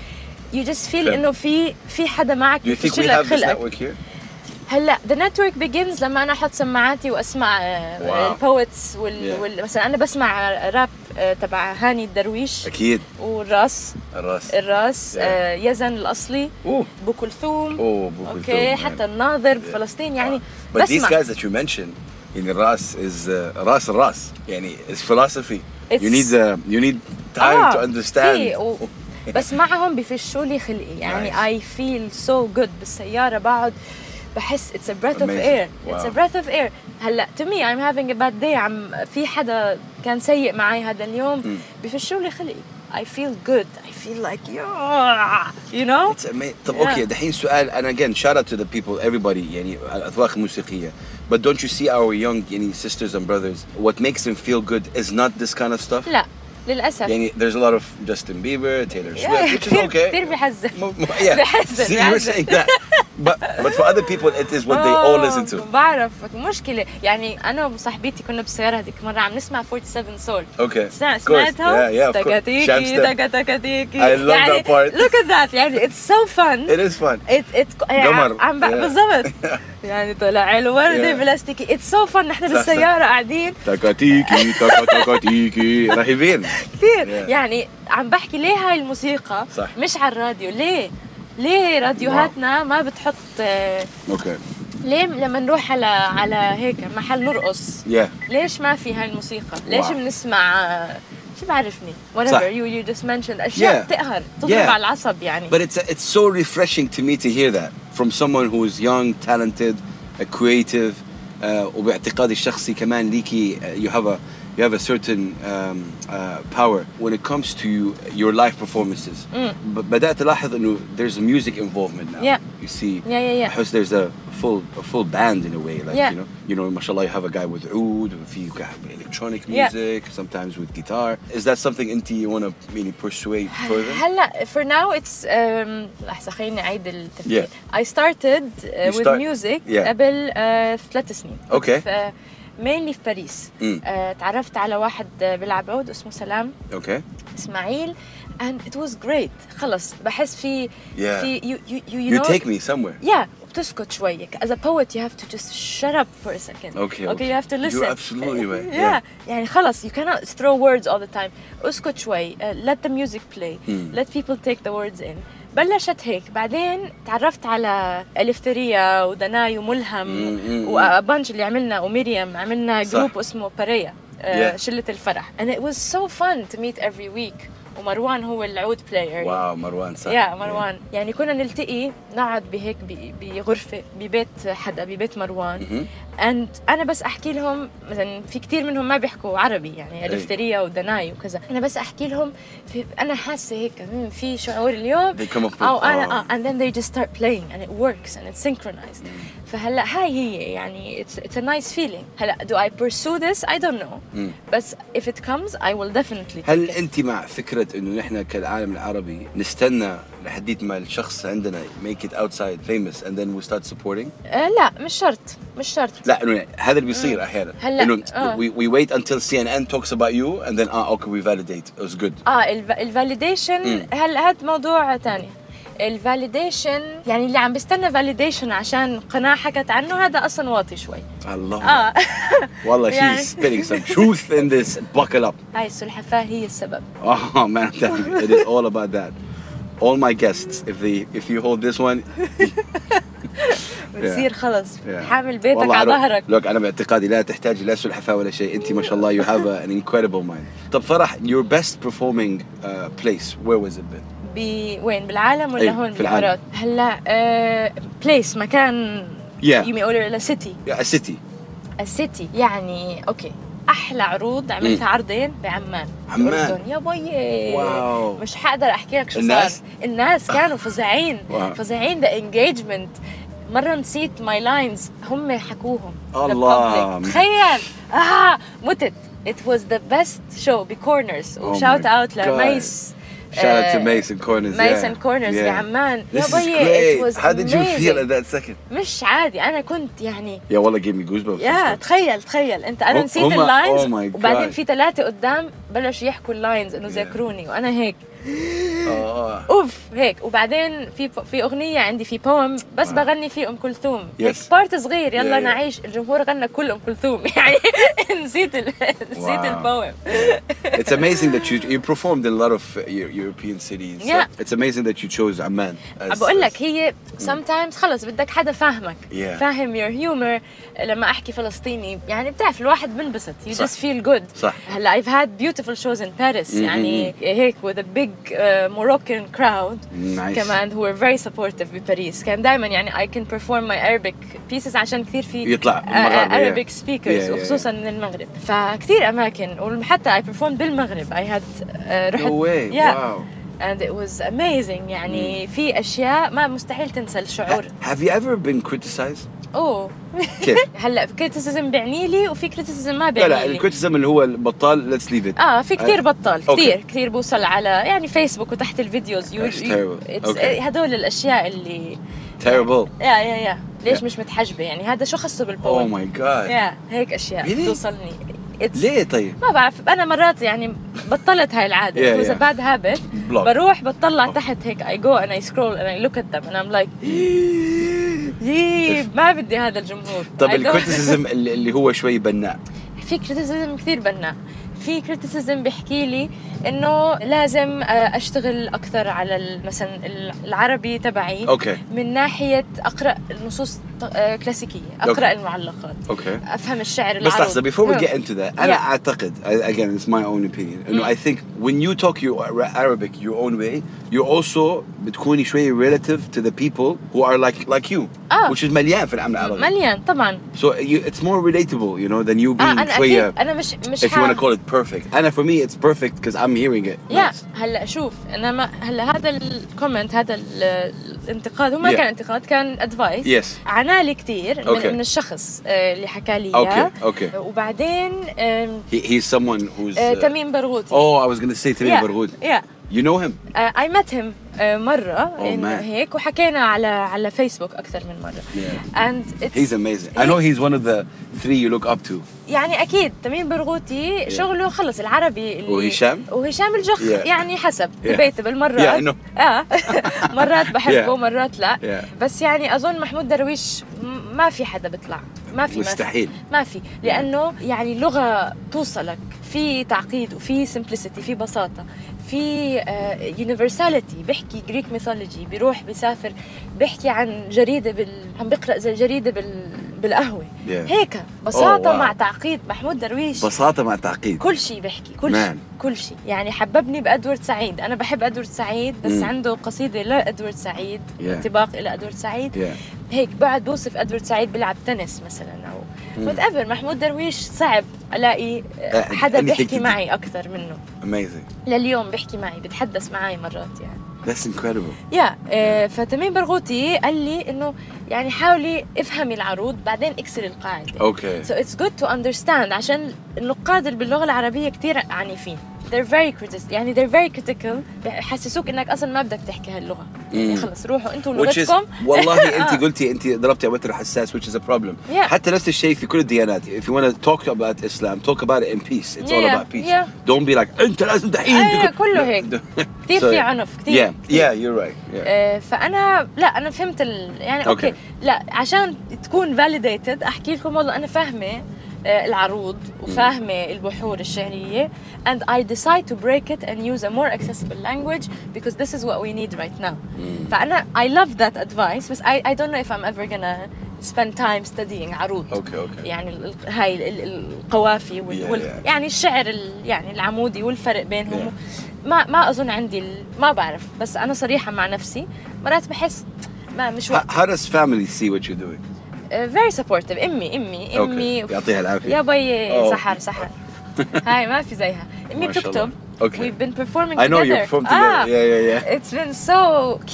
[SPEAKER 3] you just feel
[SPEAKER 1] Fair.
[SPEAKER 3] انه في في حدا معك
[SPEAKER 1] Do you think
[SPEAKER 3] بيفشلك
[SPEAKER 1] we have this
[SPEAKER 3] خلقك.
[SPEAKER 1] network here?
[SPEAKER 3] هلا ذا نتورك بيجنز لما انا احط سماعاتي واسمع
[SPEAKER 1] واو.
[SPEAKER 3] البوتس وال...
[SPEAKER 1] Yeah.
[SPEAKER 3] وال... مثلا انا بسمع راب آه، تبع هاني الدرويش
[SPEAKER 1] أكيد
[SPEAKER 3] والراس
[SPEAKER 1] الراس
[SPEAKER 3] الراس
[SPEAKER 1] Yeah.
[SPEAKER 3] آه، يزن الاصلي
[SPEAKER 1] أوه
[SPEAKER 3] ابو كلثوم
[SPEAKER 1] أوه أبو
[SPEAKER 3] اوكي
[SPEAKER 1] كلثوم. يعني.
[SPEAKER 3] حتى الناظر
[SPEAKER 1] Yeah.
[SPEAKER 3] بفلسطين يعني
[SPEAKER 1] But these
[SPEAKER 3] بسمع
[SPEAKER 1] guys that you mentioned, يعني الراس is uh, راس الراس يعني it's philosophy. you
[SPEAKER 3] It's-
[SPEAKER 1] need uh, you need time
[SPEAKER 3] آه،
[SPEAKER 1] to
[SPEAKER 3] في
[SPEAKER 1] understand.
[SPEAKER 3] و... بس معهم بفشوا لي خلقي يعني اي فيل سو جود بالسياره بقعد بحس اتس ا بريث اوف
[SPEAKER 1] Amazing.
[SPEAKER 3] اير اتس ا
[SPEAKER 1] Wow.
[SPEAKER 3] بريث اوف اير هلا تو مي ايم هافينج ا باد داي عم في حدا كان سيء معي هذا اليوم
[SPEAKER 1] Mm.
[SPEAKER 3] بفشوا لي خلقي I feel good I feel like yeah you know
[SPEAKER 1] It's ama- طب
[SPEAKER 3] Yeah.
[SPEAKER 1] اوكي دحين سؤال and again shout out to the people everybody يعني الاذواق الموسيقيه but don't you see our young يعني sisters and brothers what makes them feel good is not this kind of stuff
[SPEAKER 3] لا للاسف
[SPEAKER 1] يعني there's a lot of Justin Bieber Taylor
[SPEAKER 3] Yeah,
[SPEAKER 1] Swift which is
[SPEAKER 3] كتير-
[SPEAKER 1] okay
[SPEAKER 3] كتير بيحزن.
[SPEAKER 1] م- م- yeah
[SPEAKER 3] بيحزن،
[SPEAKER 1] see you were
[SPEAKER 3] بيحزن.
[SPEAKER 1] saying that but but for other people it is what they
[SPEAKER 3] Oh.
[SPEAKER 1] all listen to
[SPEAKER 3] آه، بعرف مشكلة يعني أنا وصاحبتي كنا بالسيارة هذيك مرة عم نسمع 47 سول
[SPEAKER 1] Okay.
[SPEAKER 3] سمع-
[SPEAKER 1] Of course.
[SPEAKER 3] سمعتها؟
[SPEAKER 1] Yeah, yeah, of course. Sham
[SPEAKER 3] تكاتيكي
[SPEAKER 1] step.
[SPEAKER 3] تكا تكاتيكي
[SPEAKER 1] I love
[SPEAKER 3] يعني
[SPEAKER 1] that part.
[SPEAKER 3] look at that يعني it's so fun
[SPEAKER 1] It is fun.
[SPEAKER 3] It- it- يعني
[SPEAKER 1] قمر.
[SPEAKER 3] عم بق-
[SPEAKER 1] Yeah.
[SPEAKER 3] بالضبط يعني طلع الوردة
[SPEAKER 1] Yeah.
[SPEAKER 3] بلاستيكي it's so fun نحن
[SPEAKER 1] صح، صح.
[SPEAKER 3] بالسيارة قاعدين
[SPEAKER 1] تكاتيكي تكا تكاتيكي رهيبين
[SPEAKER 3] كثير
[SPEAKER 1] Yeah.
[SPEAKER 3] يعني عم بحكي ليه هاي الموسيقى
[SPEAKER 1] صح.
[SPEAKER 3] مش على الراديو ليه؟ ليه راديوهاتنا ما بتحط آه،
[SPEAKER 1] اوكي
[SPEAKER 3] ليه لما نروح على على هيك محل نرقص
[SPEAKER 1] يا
[SPEAKER 3] ليش ما في هاي الموسيقى؟ ليش
[SPEAKER 1] واو.
[SPEAKER 3] بنسمع آه، شو بعرفني؟
[SPEAKER 1] صح.
[SPEAKER 3] whatever you you just mentioned اشياء
[SPEAKER 1] Yeah.
[SPEAKER 3] بتقهر تضرب
[SPEAKER 1] Yeah.
[SPEAKER 3] على العصب يعني
[SPEAKER 1] But it's it's so refreshing to me to hear that from someone who is young, talented, uh, creative, uh, وباعتقادي الشخصي كمان ليكي uh, you have a you have a certain um, uh, power when it comes to you, your live performances. ب- بدأت ألاحظ إنه there's music involvement now.
[SPEAKER 3] Mm. Yeah.
[SPEAKER 1] You see.
[SPEAKER 3] Yeah, yeah, yeah.
[SPEAKER 1] أحس there's a full a full band in a way like
[SPEAKER 3] Yeah.
[SPEAKER 1] you know you know ما شاء الله you have a guy with عود وفي electronic
[SPEAKER 3] Yeah.
[SPEAKER 1] music sometimes with guitar. Is that something أنت you want to really persuade further?
[SPEAKER 3] هلا for now it's um, لحظة خليني أعيد التفكير
[SPEAKER 1] Yeah.
[SPEAKER 3] I started uh,
[SPEAKER 1] You
[SPEAKER 3] with
[SPEAKER 1] start-
[SPEAKER 3] music
[SPEAKER 1] Yeah.
[SPEAKER 3] قبل uh, ثلاث سنين
[SPEAKER 1] Okay.
[SPEAKER 3] ف- mainly في باريس
[SPEAKER 1] Mm.
[SPEAKER 3] آه، تعرفت على واحد آه، بيلعب عود اسمه سلام
[SPEAKER 1] Okay.
[SPEAKER 3] اسماعيل and it was great خلص بحس في
[SPEAKER 1] Yeah.
[SPEAKER 3] في you, you, you,
[SPEAKER 1] You
[SPEAKER 3] know
[SPEAKER 1] take me somewhere.
[SPEAKER 3] Yeah, بتسكت شوي. As a poet you have to just shut up for a second.
[SPEAKER 1] Okay,
[SPEAKER 3] Okay,
[SPEAKER 1] okay.
[SPEAKER 3] you have to listen.
[SPEAKER 1] You're absolutely right,
[SPEAKER 3] Yeah.
[SPEAKER 1] yeah.
[SPEAKER 3] يعني خلص you cannot throw words all the time. اسكت شوي. Uh, let the music play.
[SPEAKER 1] Hmm.
[SPEAKER 3] Let people take the words in. بلشت هيك بعدين تعرفت على الفتريا ودناي وملهم
[SPEAKER 1] مم، مم،
[SPEAKER 3] وبنج اللي عملنا ومريم عملنا
[SPEAKER 1] Hmm, صح.
[SPEAKER 3] جروب اسمه باريا
[SPEAKER 1] Yeah.
[SPEAKER 3] شلة الفرح and it was so fun to meet every week ومروان هو العود player
[SPEAKER 1] واو مروان صح
[SPEAKER 3] يا مروان يعني كنا نلتقي نقعد بهيك ب- بغرفه ببيت حدا ببيت مروان اند انا بس احكي لهم مثلا في كثير منهم ما بيحكوا عربي
[SPEAKER 1] إيه.
[SPEAKER 3] يعني الفتريه ودناي وكذا انا بس احكي لهم في انا حاسه هيك مم، في شعور اليوم
[SPEAKER 1] They come up with-
[SPEAKER 3] او انا
[SPEAKER 1] آه.
[SPEAKER 3] اه and then they just start playing and it works and it's synchronized فهلا هاي هي يعني it's it's a nice feeling هلا do I pursue this I don't know بس if it comes I will definitely take
[SPEAKER 1] هل
[SPEAKER 3] it.
[SPEAKER 1] انت مع فكره انه نحن كالعالم العربي نستنى لحديت ما الشخص عندنا make it outside famous and then we start supporting
[SPEAKER 3] آه لا مش شرط مش شرط
[SPEAKER 1] لا انه هذا اللي بيصير احيانا
[SPEAKER 3] هلا،
[SPEAKER 1] انه
[SPEAKER 3] آه.
[SPEAKER 1] we, we wait until CNN talks about you and then اه okay we validate it was good
[SPEAKER 3] اه الفاليديشن هل هاد موضوع تاني الفاليديشن يعني اللي عم بيستنى فاليديشن عشان قناه حكت عنه هذا اصلا واطي شوي
[SPEAKER 1] الله
[SPEAKER 3] اه
[SPEAKER 1] والله
[SPEAKER 3] يعني.
[SPEAKER 1] she's spitting some truth in this buckle up
[SPEAKER 3] هاي السلحفاه هي السبب
[SPEAKER 1] Oh man, I'm telling you, it is all about that. All my guests, if they if you hold this one,
[SPEAKER 3] بتصير خلص
[SPEAKER 1] yeah.
[SPEAKER 3] حامل بيتك
[SPEAKER 1] والله
[SPEAKER 3] على
[SPEAKER 1] I
[SPEAKER 3] ظهرك
[SPEAKER 1] don't- Look, أنا باعتقادي لا تحتاج لا سلحفاة ولا شيء. أنت ما شاء الله you have a- an incredible mind. طب فرح, your best performing uh, place, where was it been?
[SPEAKER 3] ب- وين بالعالم ولا
[SPEAKER 1] أي،
[SPEAKER 3] هون
[SPEAKER 1] إيه، في العالم.
[SPEAKER 3] بالامارات هلا بليس مكان
[SPEAKER 1] Yeah.
[SPEAKER 3] يمي اقول لا سيتي
[SPEAKER 1] Yeah, a city.
[SPEAKER 3] السيتي يعني اوكي احلى عروض عملتها عرضين بعمان
[SPEAKER 1] عمان.
[SPEAKER 3] الأردن. يا بيي
[SPEAKER 1] واو.
[SPEAKER 3] مش حقدر احكي لك شو
[SPEAKER 1] الناس؟
[SPEAKER 3] صار الناس كانوا فظيعين
[SPEAKER 1] واو.
[SPEAKER 3] فظيعين ذا انجيجمنت مره نسيت ماي لاينز هم حكوهم
[SPEAKER 1] الله.
[SPEAKER 3] للpublic. تخيل اه متت it was the best show
[SPEAKER 1] Oh
[SPEAKER 3] بكورنرز
[SPEAKER 1] my
[SPEAKER 3] وشاوت اوت
[SPEAKER 1] God.
[SPEAKER 3] لميس
[SPEAKER 1] Shout out to
[SPEAKER 3] آه،
[SPEAKER 1] Mason Corners.
[SPEAKER 3] ميسن
[SPEAKER 1] yeah.
[SPEAKER 3] كورنرز يا
[SPEAKER 1] Yeah.
[SPEAKER 3] عمان
[SPEAKER 1] This
[SPEAKER 3] يا
[SPEAKER 1] is
[SPEAKER 3] بيي
[SPEAKER 1] great.
[SPEAKER 3] it was
[SPEAKER 1] How did you feel
[SPEAKER 3] amazing.
[SPEAKER 1] at that second?
[SPEAKER 3] مش عادي انا كنت يعني
[SPEAKER 1] يا والله gave me goosebumps.
[SPEAKER 3] يا تخيل تخيل انت انا
[SPEAKER 1] هم-
[SPEAKER 3] نسيت
[SPEAKER 1] هم-
[SPEAKER 3] اللاينز
[SPEAKER 1] oh my God.
[SPEAKER 3] وبعدين في ثلاثه قدام بلشوا يحكوا اللاينز انه
[SPEAKER 1] Yeah.
[SPEAKER 3] ذاكروني وانا هيك
[SPEAKER 1] آه.
[SPEAKER 3] اوف هيك وبعدين في في اغنيه عندي في بوم بس
[SPEAKER 1] آه.
[SPEAKER 3] بغني فيه ام كلثوم
[SPEAKER 1] Yes.
[SPEAKER 3] هيك بارت صغير يلا
[SPEAKER 1] Yeah, yeah.
[SPEAKER 3] نعيش الجمهور غنى كل ام كلثوم يعني نسيت ال... نسيت
[SPEAKER 1] Wow.
[SPEAKER 3] البوم
[SPEAKER 1] It's amazing that you you performed in a lot of uh, Eu- European cities.
[SPEAKER 3] Yeah.
[SPEAKER 1] It's amazing that you chose Amman. as-
[SPEAKER 3] بقول لك
[SPEAKER 1] as-
[SPEAKER 3] هي sometimes خلص بدك حدا فاهمك
[SPEAKER 1] Yeah.
[SPEAKER 3] فاهم your humor لما احكي فلسطيني يعني بتعرف الواحد بنبسط you
[SPEAKER 1] صح.
[SPEAKER 3] just feel good
[SPEAKER 1] صح. Mm-hmm.
[SPEAKER 3] هلا I've had beautiful shows in Paris يعني هيك with a big uh, Moroccan crowd
[SPEAKER 1] Nice.
[SPEAKER 3] كمان who were very supportive بباريس كان دائما يعني I can perform my Arabic pieces عشان كثير في
[SPEAKER 1] يطلع
[SPEAKER 3] uh,
[SPEAKER 1] المغاربة، yeah.
[SPEAKER 3] Arabic
[SPEAKER 1] Yeah,
[SPEAKER 3] speakers
[SPEAKER 1] yeah,
[SPEAKER 3] وخصوصا من المغرب فكثير اماكن وحتى I performed بالمغرب I had uh, رحت
[SPEAKER 1] No way.
[SPEAKER 3] Yeah.
[SPEAKER 1] Wow.
[SPEAKER 3] and it was amazing يعني في اشياء ما مستحيل تنسى الشعور
[SPEAKER 1] Have you ever been criticized?
[SPEAKER 3] اوه
[SPEAKER 1] كيف؟
[SPEAKER 3] هلا كريتيسيزم بيعني لي وفي كريتيسيزم ما
[SPEAKER 1] لا
[SPEAKER 3] بيعني
[SPEAKER 1] لا
[SPEAKER 3] لي
[SPEAKER 1] الكريتيزم اللي هو البطال let's leave it.
[SPEAKER 3] اه في كثير بطال
[SPEAKER 1] أه. أوكي.
[SPEAKER 3] كثير كثير بوصل على يعني فيسبوك وتحت الفيديوز يو
[SPEAKER 1] That's terrible.
[SPEAKER 3] it's-
[SPEAKER 1] Okay.
[SPEAKER 3] هدول الاشياء اللي
[SPEAKER 1] Terrible.
[SPEAKER 3] يا يا يا ليش
[SPEAKER 1] Yeah.
[SPEAKER 3] مش متحجبه يعني هذا شو خصه
[SPEAKER 1] Oh
[SPEAKER 3] بالبوم
[SPEAKER 1] my god.
[SPEAKER 3] يا هيك اشياء
[SPEAKER 1] Really?
[SPEAKER 3] بتوصلني It's-
[SPEAKER 1] ليه طيب؟
[SPEAKER 3] ما بعرف انا مرات يعني بطلت هاي العاده
[SPEAKER 1] Yeah,
[SPEAKER 3] it was a
[SPEAKER 1] yeah.
[SPEAKER 3] bad habit
[SPEAKER 1] Block.
[SPEAKER 3] بروح بطلع
[SPEAKER 1] Oh.
[SPEAKER 3] تحت هيك I go and I scroll and I look at them and I'm like يي ما بدي هذا الجمهور
[SPEAKER 1] طب
[SPEAKER 3] I don't-
[SPEAKER 1] الكريتيسيزم اللي اللي هو شوي بناء
[SPEAKER 3] في كريتيسيزم كثير بناء في كريتيسيزم بيحكي لي انه لازم آه، اشتغل اكثر على ال- مثلا ال- العربي تبعي
[SPEAKER 1] اوكي
[SPEAKER 3] من ناحيه اقرا النصوص ط- آه، كلاسيكيه اقرا المعلقات
[SPEAKER 1] اوكي
[SPEAKER 3] افهم الشعر
[SPEAKER 1] بس
[SPEAKER 3] العربي
[SPEAKER 1] لحظه before we
[SPEAKER 3] Yeah.
[SPEAKER 1] get into that انا
[SPEAKER 3] Yeah. Mm.
[SPEAKER 1] اعتقد I- again it's my own opinion انه I think when you talk your Ara- Arabic your own way you're also بتكوني شوي relative to the people who are like like you
[SPEAKER 3] آه.
[SPEAKER 1] which is مليان في العالم العربي
[SPEAKER 3] مليان طبعا
[SPEAKER 1] so you, it's more relatable you know than you being
[SPEAKER 3] اه انا اكيد
[SPEAKER 1] شوية
[SPEAKER 3] انا مش مش
[SPEAKER 1] if you want
[SPEAKER 3] حاب-
[SPEAKER 1] to call it perfect انا for me it's perfect because I'm hearing it
[SPEAKER 3] يا
[SPEAKER 1] Nice.
[SPEAKER 3] هلا شوف انا ما هلا هذا الكومنت هذا ال- الانتقاد هو ما
[SPEAKER 1] Yeah.
[SPEAKER 3] كان انتقاد كان ادفايس
[SPEAKER 1] Yes.
[SPEAKER 3] عنالي كثير
[SPEAKER 1] Okay.
[SPEAKER 3] من, من الشخص آه، اللي حكى لي اياه
[SPEAKER 1] Okay, okay.
[SPEAKER 3] وبعدين آم،
[SPEAKER 1] he, he's someone who's
[SPEAKER 3] آه،
[SPEAKER 1] uh,
[SPEAKER 3] تميم برغوثي
[SPEAKER 1] oh I was gonna say Tamim
[SPEAKER 3] Yeah,
[SPEAKER 1] Barhoud
[SPEAKER 3] yeah. آه،
[SPEAKER 1] you know him
[SPEAKER 3] اي مت هيم مره
[SPEAKER 1] Oh,
[SPEAKER 3] آه، إنه
[SPEAKER 1] man.
[SPEAKER 3] هيك وحكينا على على فيسبوك اكثر من مره
[SPEAKER 1] Yeah.
[SPEAKER 3] اند
[SPEAKER 1] He's amazing. I know he's one of the three you look up to.
[SPEAKER 3] يعني اكيد تميم برغوثي شغله خلص العربي اللي
[SPEAKER 1] وهشام؟
[SPEAKER 3] وهشام الجخ
[SPEAKER 1] Yeah.
[SPEAKER 3] يعني حسب
[SPEAKER 1] Yeah.
[SPEAKER 3] دبيت
[SPEAKER 1] Yeah,
[SPEAKER 3] بالمرات
[SPEAKER 1] I know.
[SPEAKER 3] اه مرات بحبه
[SPEAKER 1] Yeah.
[SPEAKER 3] مرات لا
[SPEAKER 1] Yeah.
[SPEAKER 3] بس يعني اظن محمود درويش م- ما في حدا بيطلع ما في ما في.
[SPEAKER 1] مستحيل.
[SPEAKER 3] ما في لانه يعني اللغه توصلك في تعقيد وفي سمبلسيتي في بساطه في يونيفرساليتي بيحكي جريك ميثولوجي بيروح بيسافر بيحكي عن جريده بال عم بيقرا زي جريده بال بالقهوه
[SPEAKER 1] Yeah.
[SPEAKER 3] هيك بساطه
[SPEAKER 1] Oh, wow.
[SPEAKER 3] مع تعقيد محمود درويش
[SPEAKER 1] بساطة مع تعقيد.
[SPEAKER 3] كل شيء بحكي كل شيء
[SPEAKER 1] Man.
[SPEAKER 3] كل شيء يعني حببني بادوارد سعيد انا بحب ادوارد سعيد بس
[SPEAKER 1] Mm.
[SPEAKER 3] عنده قصيده لادوارد سعيد
[SPEAKER 1] Yeah.
[SPEAKER 3] انطباق الى ادوارد سعيد
[SPEAKER 1] Yeah.
[SPEAKER 3] هيك بعد بوصف ادوارد سعيد بيلعب تنس مثلا او وات ايفر محمود درويش صعب الاقي آه،
[SPEAKER 1] Uh,
[SPEAKER 3] حدا
[SPEAKER 1] anything to
[SPEAKER 3] بيحكي
[SPEAKER 1] do.
[SPEAKER 3] معي اكثر منه
[SPEAKER 1] Amazing.
[SPEAKER 3] لليوم بيحكي معي بتحدث معي مرات يعني
[SPEAKER 1] That's incredible.
[SPEAKER 3] يا آه، فتميم برغوثي قال لي انه يعني حاولي افهمي العروض بعدين اكسري القاعده
[SPEAKER 1] Okay.
[SPEAKER 3] So it's good to understand عشان النقاد اللي باللغة العربية كتير عنيفين they're very critical يعني they're very critical بحسسوك انك اصلا ما بدك تحكي هاللغة يعني
[SPEAKER 1] Mm.
[SPEAKER 3] خلص روحوا انتوا
[SPEAKER 1] which is
[SPEAKER 3] لغتكم
[SPEAKER 1] والله
[SPEAKER 3] آه.
[SPEAKER 1] انت قلتي انت ضربتي على وتر حساس which is a problem.
[SPEAKER 3] Yeah.
[SPEAKER 1] حتى نفس الشيء في كل الديانات. If you want to talk about Islam, talk about it in peace. It's all
[SPEAKER 3] Yeah,
[SPEAKER 1] about peace.
[SPEAKER 3] yeah. Ah,
[SPEAKER 1] Don't be like انت لازم دحين
[SPEAKER 3] آه،
[SPEAKER 1] تقول-
[SPEAKER 3] كله هيك. كتير
[SPEAKER 1] So-
[SPEAKER 3] في عنف كتير
[SPEAKER 1] Yeah, yeah, you're right. Yeah.
[SPEAKER 3] آه، فانا لا انا فهمت ال... يعني
[SPEAKER 1] أوكي.
[SPEAKER 3] اوكي لا عشان تكون فاليديتد احكي لكم والله انا فاهمه آه، العروض
[SPEAKER 1] Mm.
[SPEAKER 3] وفاهمه البحور الشعريه and I decide to break it and use a more accessible language because this is what we need right now
[SPEAKER 1] Mm.
[SPEAKER 3] فانا I love that advice بس I, I don't know if I'm ever gonna spend time studying عروض
[SPEAKER 1] Okay, okay.
[SPEAKER 3] يعني ال- ال- هاي ال- ال- القوافي وال...
[SPEAKER 1] Yeah,
[SPEAKER 3] وال...
[SPEAKER 1] yeah.
[SPEAKER 3] يعني الشعر ال... يعني العمودي والفرق بينهم
[SPEAKER 1] Yeah.
[SPEAKER 3] ما ما اظن عندي ال- ما بعرف بس انا صريحه مع نفسي مرات بحس ما مش
[SPEAKER 1] How,
[SPEAKER 3] آه، وقت
[SPEAKER 1] how does family see what you're doing?
[SPEAKER 3] فيري سبورتيف امي امي
[SPEAKER 1] Okay.
[SPEAKER 3] امي
[SPEAKER 1] يعطيها العافية.
[SPEAKER 3] يا
[SPEAKER 1] Oh.
[SPEAKER 3] بي سحر سحر هاي ما في زيها امي
[SPEAKER 1] ما شاء
[SPEAKER 3] بتكتب
[SPEAKER 1] Okay.
[SPEAKER 3] We've been performing
[SPEAKER 1] I know you
[SPEAKER 3] together. Ah.
[SPEAKER 1] performed
[SPEAKER 3] آه.
[SPEAKER 1] together. Yeah, yeah, yeah.
[SPEAKER 3] It's been so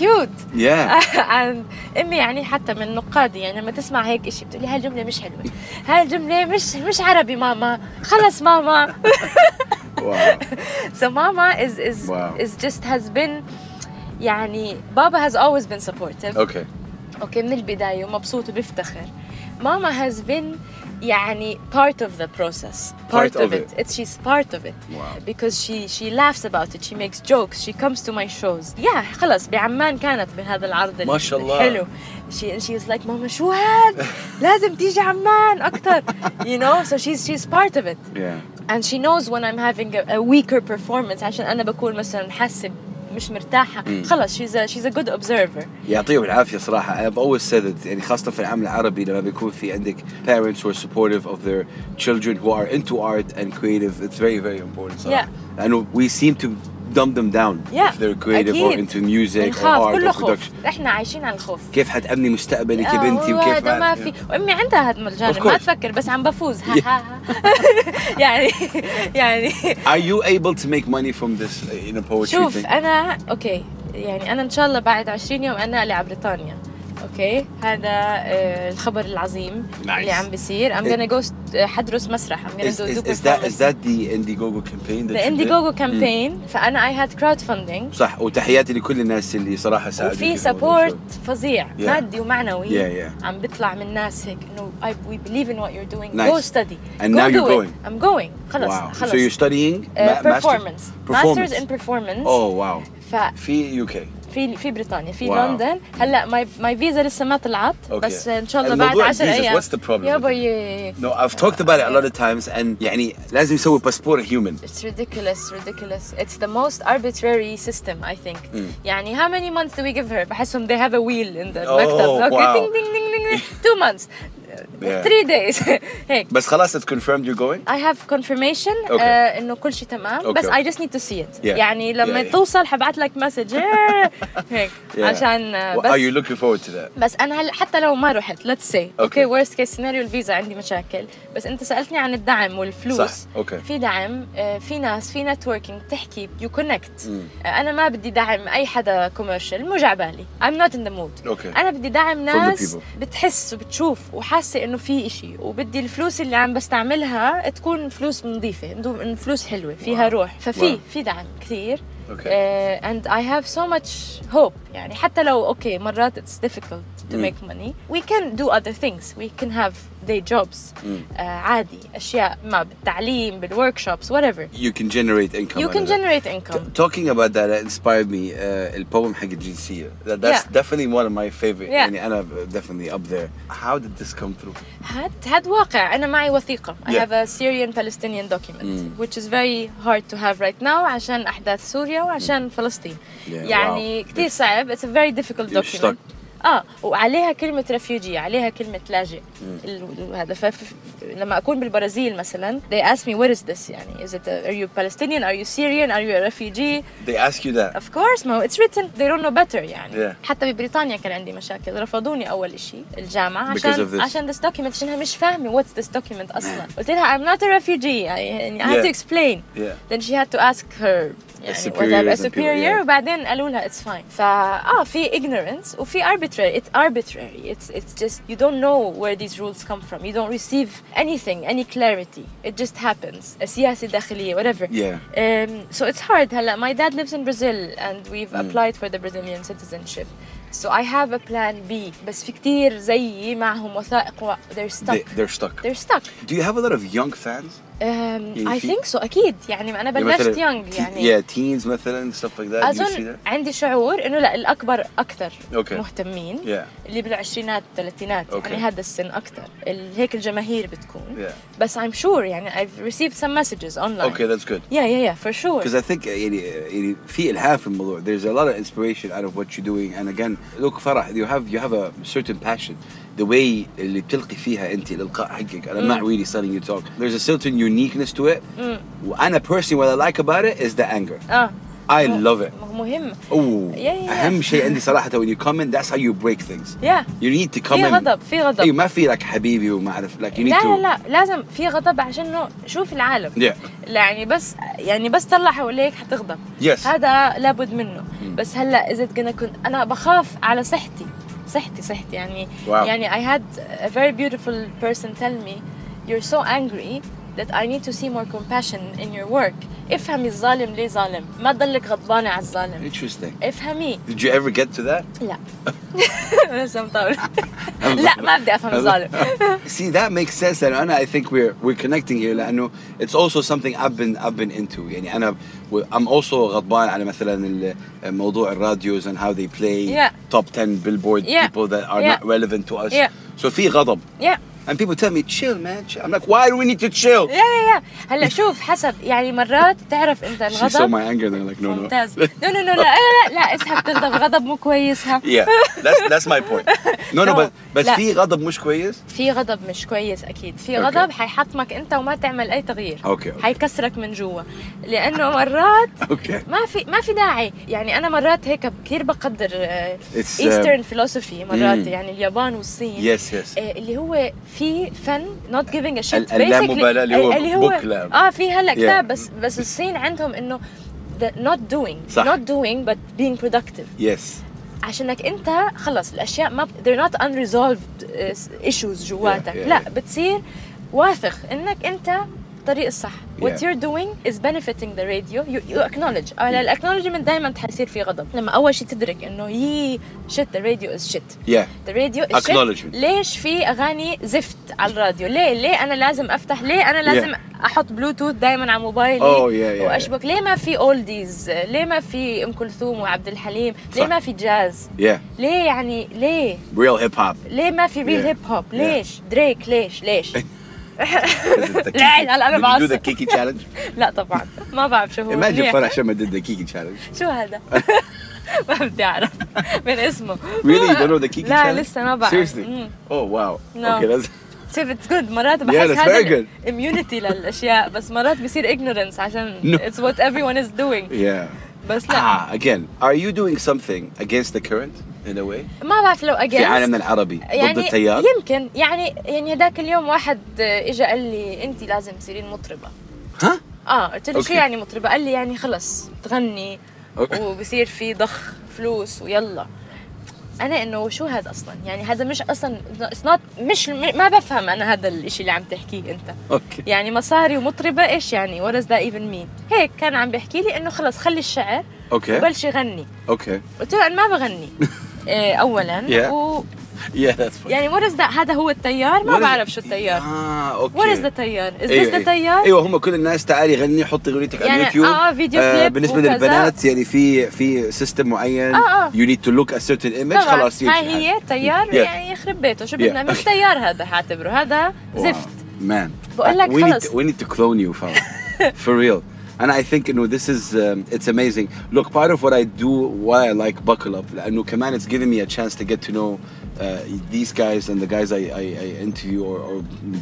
[SPEAKER 3] cute.
[SPEAKER 1] Yeah.
[SPEAKER 3] عن امي يعني حتى من نقادي يعني لما تسمع هيك شيء بتقولي هاي الجمله مش حلوه هاي الجمله مش مش عربي ماما خلص ماما
[SPEAKER 1] Wow.
[SPEAKER 3] so mama is is
[SPEAKER 1] Wow.
[SPEAKER 3] is just has been يعني بابا has always been supportive
[SPEAKER 1] Okay.
[SPEAKER 3] اوكي من البدايه ومبسوط وبيفتخر ماما has been يعني part of the process
[SPEAKER 1] Part of
[SPEAKER 3] it. It's she's part of it
[SPEAKER 1] Wow.
[SPEAKER 3] because she she laughs about it she makes jokes she comes to my shows yeah خلص بعمان كانت بهذا العرض ال-
[SPEAKER 1] ما شاء الله.
[SPEAKER 3] الحلو she and she's like ماما شو هاد لازم تيجي عمان اكثر you know so she's she's part of it
[SPEAKER 1] Yeah.
[SPEAKER 3] and she knows when I'm having a, a weaker performance عشان انا بكون مثلا حاسه مش مرتاحه خلص she's a she's a good observer
[SPEAKER 1] يعطيهم العافيه صراحه I've always said it يعني خاصه في العالم العربي لما بيكون في عندك parents who are supportive of their children who are into art and creative it's very very important صراحه
[SPEAKER 3] Yeah.
[SPEAKER 1] لأنه we seem to dumb them down
[SPEAKER 3] Yeah,
[SPEAKER 1] if they're creative or
[SPEAKER 3] أكيد.
[SPEAKER 1] into music or
[SPEAKER 3] نخاف
[SPEAKER 1] art
[SPEAKER 3] كله
[SPEAKER 1] or
[SPEAKER 3] خوف
[SPEAKER 1] production
[SPEAKER 3] احنا عايشين على الخوف
[SPEAKER 1] كيف حتأمني مستقبلك يا
[SPEAKER 3] آه،
[SPEAKER 1] بنتي
[SPEAKER 3] هو
[SPEAKER 1] وكيف
[SPEAKER 3] هذا ما
[SPEAKER 1] بعد-
[SPEAKER 3] في وامي عندها هذا
[SPEAKER 1] Of
[SPEAKER 3] الجانب ما
[SPEAKER 1] course.
[SPEAKER 3] تفكر بس عم بفوز ها ها ها يعني يعني
[SPEAKER 1] Are you able to make money from this uh, in a poetry
[SPEAKER 3] شوف
[SPEAKER 1] thing?
[SPEAKER 3] انا اوكي يعني انا ان شاء الله بعد 20 يوم انا على بريطانيا اوكي هذا آه، الخبر العظيم
[SPEAKER 1] Nice.
[SPEAKER 3] اللي عم بيصير I'm gonna go st- حدرس مسرح I'm gonna
[SPEAKER 1] Is,
[SPEAKER 3] do,
[SPEAKER 1] is,
[SPEAKER 3] do
[SPEAKER 1] is that is
[SPEAKER 3] performance.
[SPEAKER 1] that the Indiegogo campaign?
[SPEAKER 3] the
[SPEAKER 1] That you did?
[SPEAKER 3] Indiegogo campaign
[SPEAKER 1] Mm.
[SPEAKER 3] فانا I had crowdfunding
[SPEAKER 1] صح وتحياتي oh, لكل الناس اللي صراحه ساعدوا
[SPEAKER 3] وفي سبورت فظيع
[SPEAKER 1] Yeah.
[SPEAKER 3] مادي ومعنوي
[SPEAKER 1] Yeah, yeah.
[SPEAKER 3] عم بيطلع من ناس هيك انه I- we believe in what you're doing
[SPEAKER 1] Nice.
[SPEAKER 3] go study
[SPEAKER 1] And
[SPEAKER 3] go
[SPEAKER 1] now
[SPEAKER 3] do
[SPEAKER 1] you're
[SPEAKER 3] it.
[SPEAKER 1] going.
[SPEAKER 3] I'm going خلص
[SPEAKER 1] Wow.
[SPEAKER 3] خلص
[SPEAKER 1] So you're studying
[SPEAKER 3] Uh,
[SPEAKER 1] ma- master-
[SPEAKER 3] performance.
[SPEAKER 1] performance.
[SPEAKER 3] masters in performance
[SPEAKER 1] Oh wow.
[SPEAKER 3] ففي
[SPEAKER 1] في UK.
[SPEAKER 3] في بريطانيا في
[SPEAKER 1] Wow.
[SPEAKER 3] لندن هلا ماي ماي فيزا لسه ما طلعت
[SPEAKER 1] Okay.
[SPEAKER 3] بس ان شاء الله بعد
[SPEAKER 1] الموضوع
[SPEAKER 3] 10
[SPEAKER 1] الفيزا،
[SPEAKER 3] ايام
[SPEAKER 1] what's the problem?
[SPEAKER 3] يابا يي-
[SPEAKER 1] No, I've talked about it a lot of times and يعني لازم يسوي باسبور human.
[SPEAKER 3] It's ridiculous, ridiculous. It's the most arbitrary system, I think.
[SPEAKER 1] Hmm.
[SPEAKER 3] يعني how many months do we give her? بحسهم they have a wheel in the
[SPEAKER 1] Oh,
[SPEAKER 3] مكتب. Okay,
[SPEAKER 1] wow.
[SPEAKER 3] ding, ding, ding, ding, ding. Two months.
[SPEAKER 1] Yeah.
[SPEAKER 3] Three days. هيك.
[SPEAKER 1] بس خلاص it's confirmed you're going.
[SPEAKER 3] I have confirmation
[SPEAKER 1] Okay.
[SPEAKER 3] uh, انه كل شيء تمام
[SPEAKER 1] Okay.
[SPEAKER 3] بس I just need to see it.
[SPEAKER 1] Yeah.
[SPEAKER 3] يعني لما
[SPEAKER 1] Yeah, yeah.
[SPEAKER 3] توصل حبعت لك مسج هيك
[SPEAKER 1] Yeah.
[SPEAKER 3] عشان uh,
[SPEAKER 1] Well, Are you
[SPEAKER 3] بس
[SPEAKER 1] looking forward to that?
[SPEAKER 3] بس انا هلا حتى لو ما رحت let's say
[SPEAKER 1] Okay.
[SPEAKER 3] اوكي worst case scenario الفيزا عندي مشاكل بس انت سالتني عن الدعم والفلوس
[SPEAKER 1] صح. Okay.
[SPEAKER 3] في دعم آه، في ناس في نتوركينج بتحكي يو كونكت انا آه، ما بدي دعم اي حدا كوميرشال مش عبالي I'm not in the mood
[SPEAKER 1] Okay.
[SPEAKER 3] انا بدي دعم
[SPEAKER 1] For the
[SPEAKER 3] ناس
[SPEAKER 1] people.
[SPEAKER 3] بتحس وبتشوف وحاسه انه في إشي وبدي الفلوس اللي عم بستعملها تكون فلوس نظيفه إنه فلوس حلوه فيها
[SPEAKER 1] Wow.
[SPEAKER 3] روح ففي
[SPEAKER 1] Wow.
[SPEAKER 3] في دعم كثير
[SPEAKER 1] Okay.
[SPEAKER 3] Uh, and I have so much hope يعني حتى لو اوكي مرات it's difficult to make money we can do other things we can have day jobs uh, عادي اشياء ما بالتعليم بالworkshops whatever
[SPEAKER 1] You can generate income.
[SPEAKER 3] you
[SPEAKER 1] out
[SPEAKER 3] can
[SPEAKER 1] of that.
[SPEAKER 3] generate income
[SPEAKER 1] Talking about that, that inspired me. Uh, البوم حق الجنسية. That, that's
[SPEAKER 3] Yeah.
[SPEAKER 1] definitely one of my favorite.
[SPEAKER 3] Yeah.
[SPEAKER 1] يعني أنا definitely up there. How did this come through?
[SPEAKER 3] هاد هاد واقع انا معي وثيقه I
[SPEAKER 1] Yeah. Mm.
[SPEAKER 3] have a Syrian Palestinian document which is very hard to have right now عشان احداث سوريا وعشان فلسطين
[SPEAKER 1] Mm. Yeah,
[SPEAKER 3] يعني
[SPEAKER 1] wow.
[SPEAKER 3] كثير صعب it's a very difficult
[SPEAKER 1] You're
[SPEAKER 3] document اه وعليها كلمة ريفيوجي عليها كلمة لاجئ
[SPEAKER 1] Mm.
[SPEAKER 3] ال- هذا فف- لما أكون بالبرازيل مثلا they ask me what is this يعني is it a, are you Palestinian are you Syrian are you a refugee
[SPEAKER 1] They ask you that.
[SPEAKER 3] of course ما هو it's written they don't know better يعني
[SPEAKER 1] Yeah.
[SPEAKER 3] حتى ببريطانيا كان عندي مشاكل رفضوني أول إشي الجامعة
[SPEAKER 1] Because
[SPEAKER 3] عشان
[SPEAKER 1] of this.
[SPEAKER 3] عشان this document عشانها مش فاهمة what's this document أصلا قلت لها I'm not a refugee I, يعني I had
[SPEAKER 1] Yeah.
[SPEAKER 3] to explain
[SPEAKER 1] Yeah.
[SPEAKER 3] then she had to ask her يعني
[SPEAKER 1] superior
[SPEAKER 3] whatever a
[SPEAKER 1] as a people,
[SPEAKER 3] superior
[SPEAKER 1] yeah.
[SPEAKER 3] وبعدين قالوا لها it's fine فا اه في ignorance وفي arbitrary it's arbitrary it's it's just you don't know where these rules come from you don't receive anything any clarity it just happens سياسة داخلية whatever
[SPEAKER 1] Yeah.
[SPEAKER 3] Um, so it's hard. هلا my dad lives in Brazil and we've
[SPEAKER 1] Mm.
[SPEAKER 3] applied for the Brazilian citizenship. So I have a plan B. بس في كتير زيي معهم وثائق و they're
[SPEAKER 1] They,
[SPEAKER 3] stuck.
[SPEAKER 1] they're stuck.
[SPEAKER 3] They're stuck.
[SPEAKER 1] Do you have a lot of young fans?
[SPEAKER 3] Um, I
[SPEAKER 1] في-
[SPEAKER 3] think so أكيد يعني أنا
[SPEAKER 1] يعني
[SPEAKER 3] بلشت
[SPEAKER 1] مثلاً
[SPEAKER 3] young
[SPEAKER 1] te-
[SPEAKER 3] يعني.
[SPEAKER 1] Yeah, teens مثلا stuff like that. Do you see
[SPEAKER 3] أظن
[SPEAKER 1] that?
[SPEAKER 3] عندي شعور إنه لا الأكبر أكثر
[SPEAKER 1] Okay.
[SPEAKER 3] مهتمين.
[SPEAKER 1] Yeah.
[SPEAKER 3] اللي بالعشرينات الثلاثينات
[SPEAKER 1] Okay.
[SPEAKER 3] يعني هذا السن أكثر. ال- هيك الجماهير بتكون.
[SPEAKER 1] Yeah.
[SPEAKER 3] بس I'm sure يعني I've received some messages online.
[SPEAKER 1] Okay, that's good.
[SPEAKER 3] Yeah, yeah, yeah, for sure.
[SPEAKER 1] Because I think uh, يعني يعني في إلهام في الموضوع. There's a lot of inspiration out of what you're doing. And again, look فرح, you have you have a certain passion. The way اللي بتلقي فيها أنت الإلقاء حقك. And I'm
[SPEAKER 3] Mm.
[SPEAKER 1] not really selling you talk. There's a certain uniqueness to it. And a personally what I like about it is the anger.
[SPEAKER 3] اه
[SPEAKER 1] I love it.
[SPEAKER 3] مهم
[SPEAKER 1] Oh,
[SPEAKER 3] Yeah, yeah, yeah.
[SPEAKER 1] أهم شيء عندي صراحة when you come in that's how you break things.
[SPEAKER 3] يا
[SPEAKER 1] You need to come
[SPEAKER 3] في
[SPEAKER 1] in.
[SPEAKER 3] غضب في غضب
[SPEAKER 1] أيوة ما في like حبيبي وما أعرف like you need
[SPEAKER 3] لا
[SPEAKER 1] to.
[SPEAKER 3] لا لا لازم في غضب عشان إنه شوف العالم
[SPEAKER 1] Yeah.
[SPEAKER 3] لا يعني بس يعني بس طلع حواليك حتغضب
[SPEAKER 1] Yes. Mm.
[SPEAKER 3] هذا لابد منه بس هلا اذا كنا كنت انا بخاف على صحتي صحتي صحتي يعني
[SPEAKER 1] Wow.
[SPEAKER 3] يعني I had a very beautiful person tell me you're so angry that I need to see more compassion in your work افهمي الظالم ليه ظالم ما تضلك غضبانة على الظالم
[SPEAKER 1] Interesting.
[SPEAKER 3] افهميه
[SPEAKER 1] Did you ever get to that?
[SPEAKER 3] لا لسه مطول لا ما بدي افهم الظالم
[SPEAKER 1] See, that makes sense. And Anna, I think we're we're connecting here. لأنه it's also something I've been I've been into. يعني أنا I'm also غضبان على مثلا ال- موضوع الراديوز and how they play
[SPEAKER 3] Yeah.
[SPEAKER 1] top 10 billboard
[SPEAKER 3] Yeah.
[SPEAKER 1] people that are
[SPEAKER 3] Yeah.
[SPEAKER 1] not relevant to us.
[SPEAKER 3] Yeah.
[SPEAKER 1] So في غضب.
[SPEAKER 3] Yeah.
[SPEAKER 1] And people tell me chill man. Chill. I'm like why do we need to chill?
[SPEAKER 3] يا يا يا هلا شوف حسب يعني مرات تعرف انت
[SPEAKER 1] She saw
[SPEAKER 3] الغضب
[SPEAKER 1] my anger and I'm like no no.
[SPEAKER 3] ممتاز نو نو نو لا لا لا لا اسحب تغضب غضب مو كويس ها
[SPEAKER 1] Yeah, that's that's my point. No, no,
[SPEAKER 3] No.
[SPEAKER 1] but but
[SPEAKER 3] لا.
[SPEAKER 1] في غضب مش كويس.
[SPEAKER 3] في غضب مش كويس اكيد في
[SPEAKER 1] أوكي.
[SPEAKER 3] غضب حيحطمك انت وما تعمل اي تغيير
[SPEAKER 1] أوكي، أوكي.
[SPEAKER 3] حيكسرك من جوا لانه مرات
[SPEAKER 1] Okay.
[SPEAKER 3] ما في ما في داعي يعني انا مرات هيك كثير بقدر آه،
[SPEAKER 1] It's,
[SPEAKER 3] ايسترن فيلوسفي مرات
[SPEAKER 1] مم.
[SPEAKER 3] يعني اليابان والصين
[SPEAKER 1] Yes, yes.
[SPEAKER 3] آه، اللي هو في فن نوت جيفينج ا
[SPEAKER 1] ال-
[SPEAKER 3] شيت
[SPEAKER 1] اللامبالاة اللي هو بوكلة.
[SPEAKER 3] اه في هلا
[SPEAKER 1] Yeah.
[SPEAKER 3] كتاب بس بس الصين عندهم انه the not doing
[SPEAKER 1] صح.
[SPEAKER 3] not doing but being productive
[SPEAKER 1] Yes.
[SPEAKER 3] عشانك انت خلص الاشياء ما ب... they're not unresolved uh, issues جواتك
[SPEAKER 1] yeah,
[SPEAKER 3] لا
[SPEAKER 1] yeah.
[SPEAKER 3] بتصير واثق انك انت الطريق الصح
[SPEAKER 1] Yeah.
[SPEAKER 3] what you're doing is benefiting the radio you, you acknowledge آه، على الاكنولجمنت دائما حيصير في غضب لما اول شيء تدرك انه يي shit the radio is shit
[SPEAKER 1] Yeah.
[SPEAKER 3] the radio is shit
[SPEAKER 1] Acknowledgement.
[SPEAKER 3] ليش في اغاني زفت على الراديو ليه ليه انا لازم افتح ليه انا لازم احط بلوتوث دائما على موبايلي
[SPEAKER 1] Oh, yeah, yeah,
[SPEAKER 3] واشبك ليه ما في اولديز ليه ما في ام كلثوم وعبد الحليم ليه
[SPEAKER 1] صح.
[SPEAKER 3] ما في جاز
[SPEAKER 1] Yeah.
[SPEAKER 3] ليه يعني ليه
[SPEAKER 1] Real hip hop.
[SPEAKER 3] ليه ما في ريل
[SPEAKER 1] Yeah.
[SPEAKER 3] هيب هوب
[SPEAKER 1] Yeah.
[SPEAKER 3] ليش دريك ليش ليش
[SPEAKER 1] لا
[SPEAKER 3] لا، لا، أنا
[SPEAKER 1] Did you do the
[SPEAKER 3] بعصب.
[SPEAKER 1] Kiki challenge?
[SPEAKER 3] لا طبعا ما بعرف شو هو
[SPEAKER 1] Imagine
[SPEAKER 3] منيح.
[SPEAKER 1] Farah Shema did the Kiki challenge.
[SPEAKER 3] شو هذا ما بدي اعرف من اسمه
[SPEAKER 1] Really? You don't know the Kiki
[SPEAKER 3] لا
[SPEAKER 1] challenge?
[SPEAKER 3] لسه ما بعرف
[SPEAKER 1] Seriously?
[SPEAKER 3] مم.
[SPEAKER 1] Oh wow.
[SPEAKER 3] mm. No.
[SPEAKER 1] Okay, that's
[SPEAKER 3] شوف اتس جود مرات بحس
[SPEAKER 1] Yeah, that's very
[SPEAKER 3] هذا
[SPEAKER 1] good.
[SPEAKER 3] اميونيتي للاشياء بس مرات بصير ignorance عشان
[SPEAKER 1] No.
[SPEAKER 3] اتس وات ايفري ون از دوينج
[SPEAKER 1] yeah.
[SPEAKER 3] بس لا
[SPEAKER 1] Ah, again, are you doing something against the current in a way?
[SPEAKER 3] ما بعرف لو
[SPEAKER 1] في عالمنا
[SPEAKER 3] against
[SPEAKER 1] العربي ضد
[SPEAKER 3] يعني
[SPEAKER 1] التيار؟
[SPEAKER 3] يمكن يعني يعني هداك اليوم واحد اجى قال لي انت لازم تصيرين مطربه
[SPEAKER 1] ها؟
[SPEAKER 3] اه قلت له شو
[SPEAKER 1] أوكي.
[SPEAKER 3] يعني مطربه قال لي يعني خلص تغني
[SPEAKER 1] أوكي.
[SPEAKER 3] وبصير في ضخ فلوس ويلا انا انه شو هذا اصلا يعني هذا مش اصلا it's not مش ما بفهم انا هذا الاشي اللي عم تحكيه انت
[SPEAKER 1] Okay.
[SPEAKER 3] يعني مصاري ومطربة ايش يعني what does that even mean هيك كان عم بيحكي لي انه خلص خلي الشعر
[SPEAKER 1] Okay.
[SPEAKER 3] وبلش يغني
[SPEAKER 1] Okay.
[SPEAKER 3] قلت له انا ما بغني إيه اولا
[SPEAKER 1] Yeah.
[SPEAKER 3] و
[SPEAKER 1] Yeah, that's funny.
[SPEAKER 3] يعني what is that هذا هو التيار
[SPEAKER 1] What
[SPEAKER 3] ما
[SPEAKER 1] is-
[SPEAKER 3] بعرف شو التيار
[SPEAKER 1] Ah, okay.
[SPEAKER 3] what is the تيار is
[SPEAKER 1] أيوة،
[SPEAKER 3] this the
[SPEAKER 1] أيوة.
[SPEAKER 3] تيار
[SPEAKER 1] ايوه هم كل الناس تعالي غني حطي اغنيتك على
[SPEAKER 3] يعني
[SPEAKER 1] اليوتيوب
[SPEAKER 3] آه، فيديو كليب
[SPEAKER 1] بالنسبه
[SPEAKER 3] وكذا.
[SPEAKER 1] للبنات يعني في في سيستم معين
[SPEAKER 3] آه، آه.
[SPEAKER 1] يو نيد تو لوك ا سيرتن ايمج
[SPEAKER 3] طبعا
[SPEAKER 1] خلاص يمشي
[SPEAKER 3] هاي هي تيار
[SPEAKER 1] Yeah.
[SPEAKER 3] يعني يخرب بيته شو بدنا
[SPEAKER 1] Yeah.
[SPEAKER 3] مش تيار هذا حاعتبره هذا زفت
[SPEAKER 1] مان
[SPEAKER 3] بقول لك
[SPEAKER 1] we need
[SPEAKER 3] خلص.
[SPEAKER 1] to, we need to clone you Farah. for real and I think you know this is um, it's amazing look part of what I do why I like buckle up لانه كمان it's giving me a chance to get to know uh, these guys and the guys I, I, I interview or, or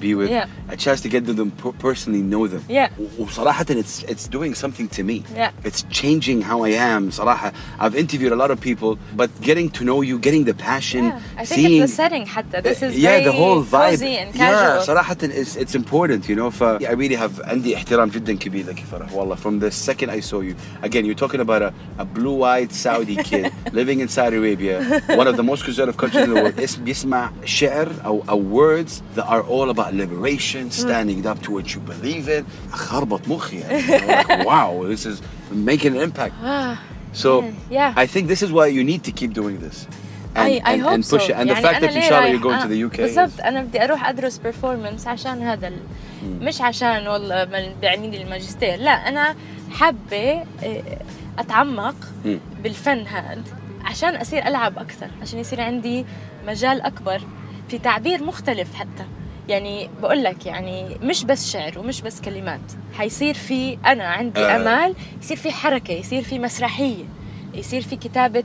[SPEAKER 1] be with
[SPEAKER 3] Yeah.
[SPEAKER 1] a chance to get to them per- personally know them
[SPEAKER 3] Yeah.
[SPEAKER 1] وصراحة it's it's doing something to me.
[SPEAKER 3] Yeah.
[SPEAKER 1] It's changing how I am. صراحة I've interviewed a lot of people, but getting to know you, getting the passion,
[SPEAKER 3] yeah. I think
[SPEAKER 1] seeing
[SPEAKER 3] it's the setting حتى this is
[SPEAKER 1] yeah
[SPEAKER 3] very
[SPEAKER 1] the whole vibe.
[SPEAKER 3] cozy and
[SPEAKER 1] yeah,
[SPEAKER 3] casual
[SPEAKER 1] صراحة it's it's important, you know. ف I really have عندي احترام جدا كبير لك يا فرح والله from the second I saw you. Again, you're talking about a, a blue-eyed Saudi kid living in Saudi Arabia, one of the most conservative countries in the world. اس- بيسمع شعر أو أو words that are all about liberation,
[SPEAKER 3] Hmm.
[SPEAKER 1] standing up to what you believe in. خربط مخي يعني. Like, wow, this is making an impact.
[SPEAKER 3] Ah,
[SPEAKER 1] So
[SPEAKER 3] yeah.
[SPEAKER 1] I think this is why you need to keep doing this. And,
[SPEAKER 3] I, I
[SPEAKER 1] and,
[SPEAKER 3] hope
[SPEAKER 1] and push
[SPEAKER 3] so.
[SPEAKER 1] it. And the
[SPEAKER 3] يعني
[SPEAKER 1] fact
[SPEAKER 3] أنا
[SPEAKER 1] that
[SPEAKER 3] ليه
[SPEAKER 1] inshallah
[SPEAKER 3] رايح-
[SPEAKER 1] you're going
[SPEAKER 3] آه،
[SPEAKER 1] to the UK. is-
[SPEAKER 3] بالضبط أنا بدي أروح أدرس performance عشان هذا ال... مش عشان والله ما بيعني لي الماجستير لا أنا حابة إيه، أتعمق
[SPEAKER 1] مم.
[SPEAKER 3] بالفن هاد عشان أصير ألعب أكثر عشان يصير عندي مجال أكبر في تعبير مختلف حتى يعني بقول لك يعني مش بس شعر ومش بس كلمات حيصير في أنا عندي
[SPEAKER 1] آه.
[SPEAKER 3] أمال يصير في حركة يصير في مسرحية يصير في كتابة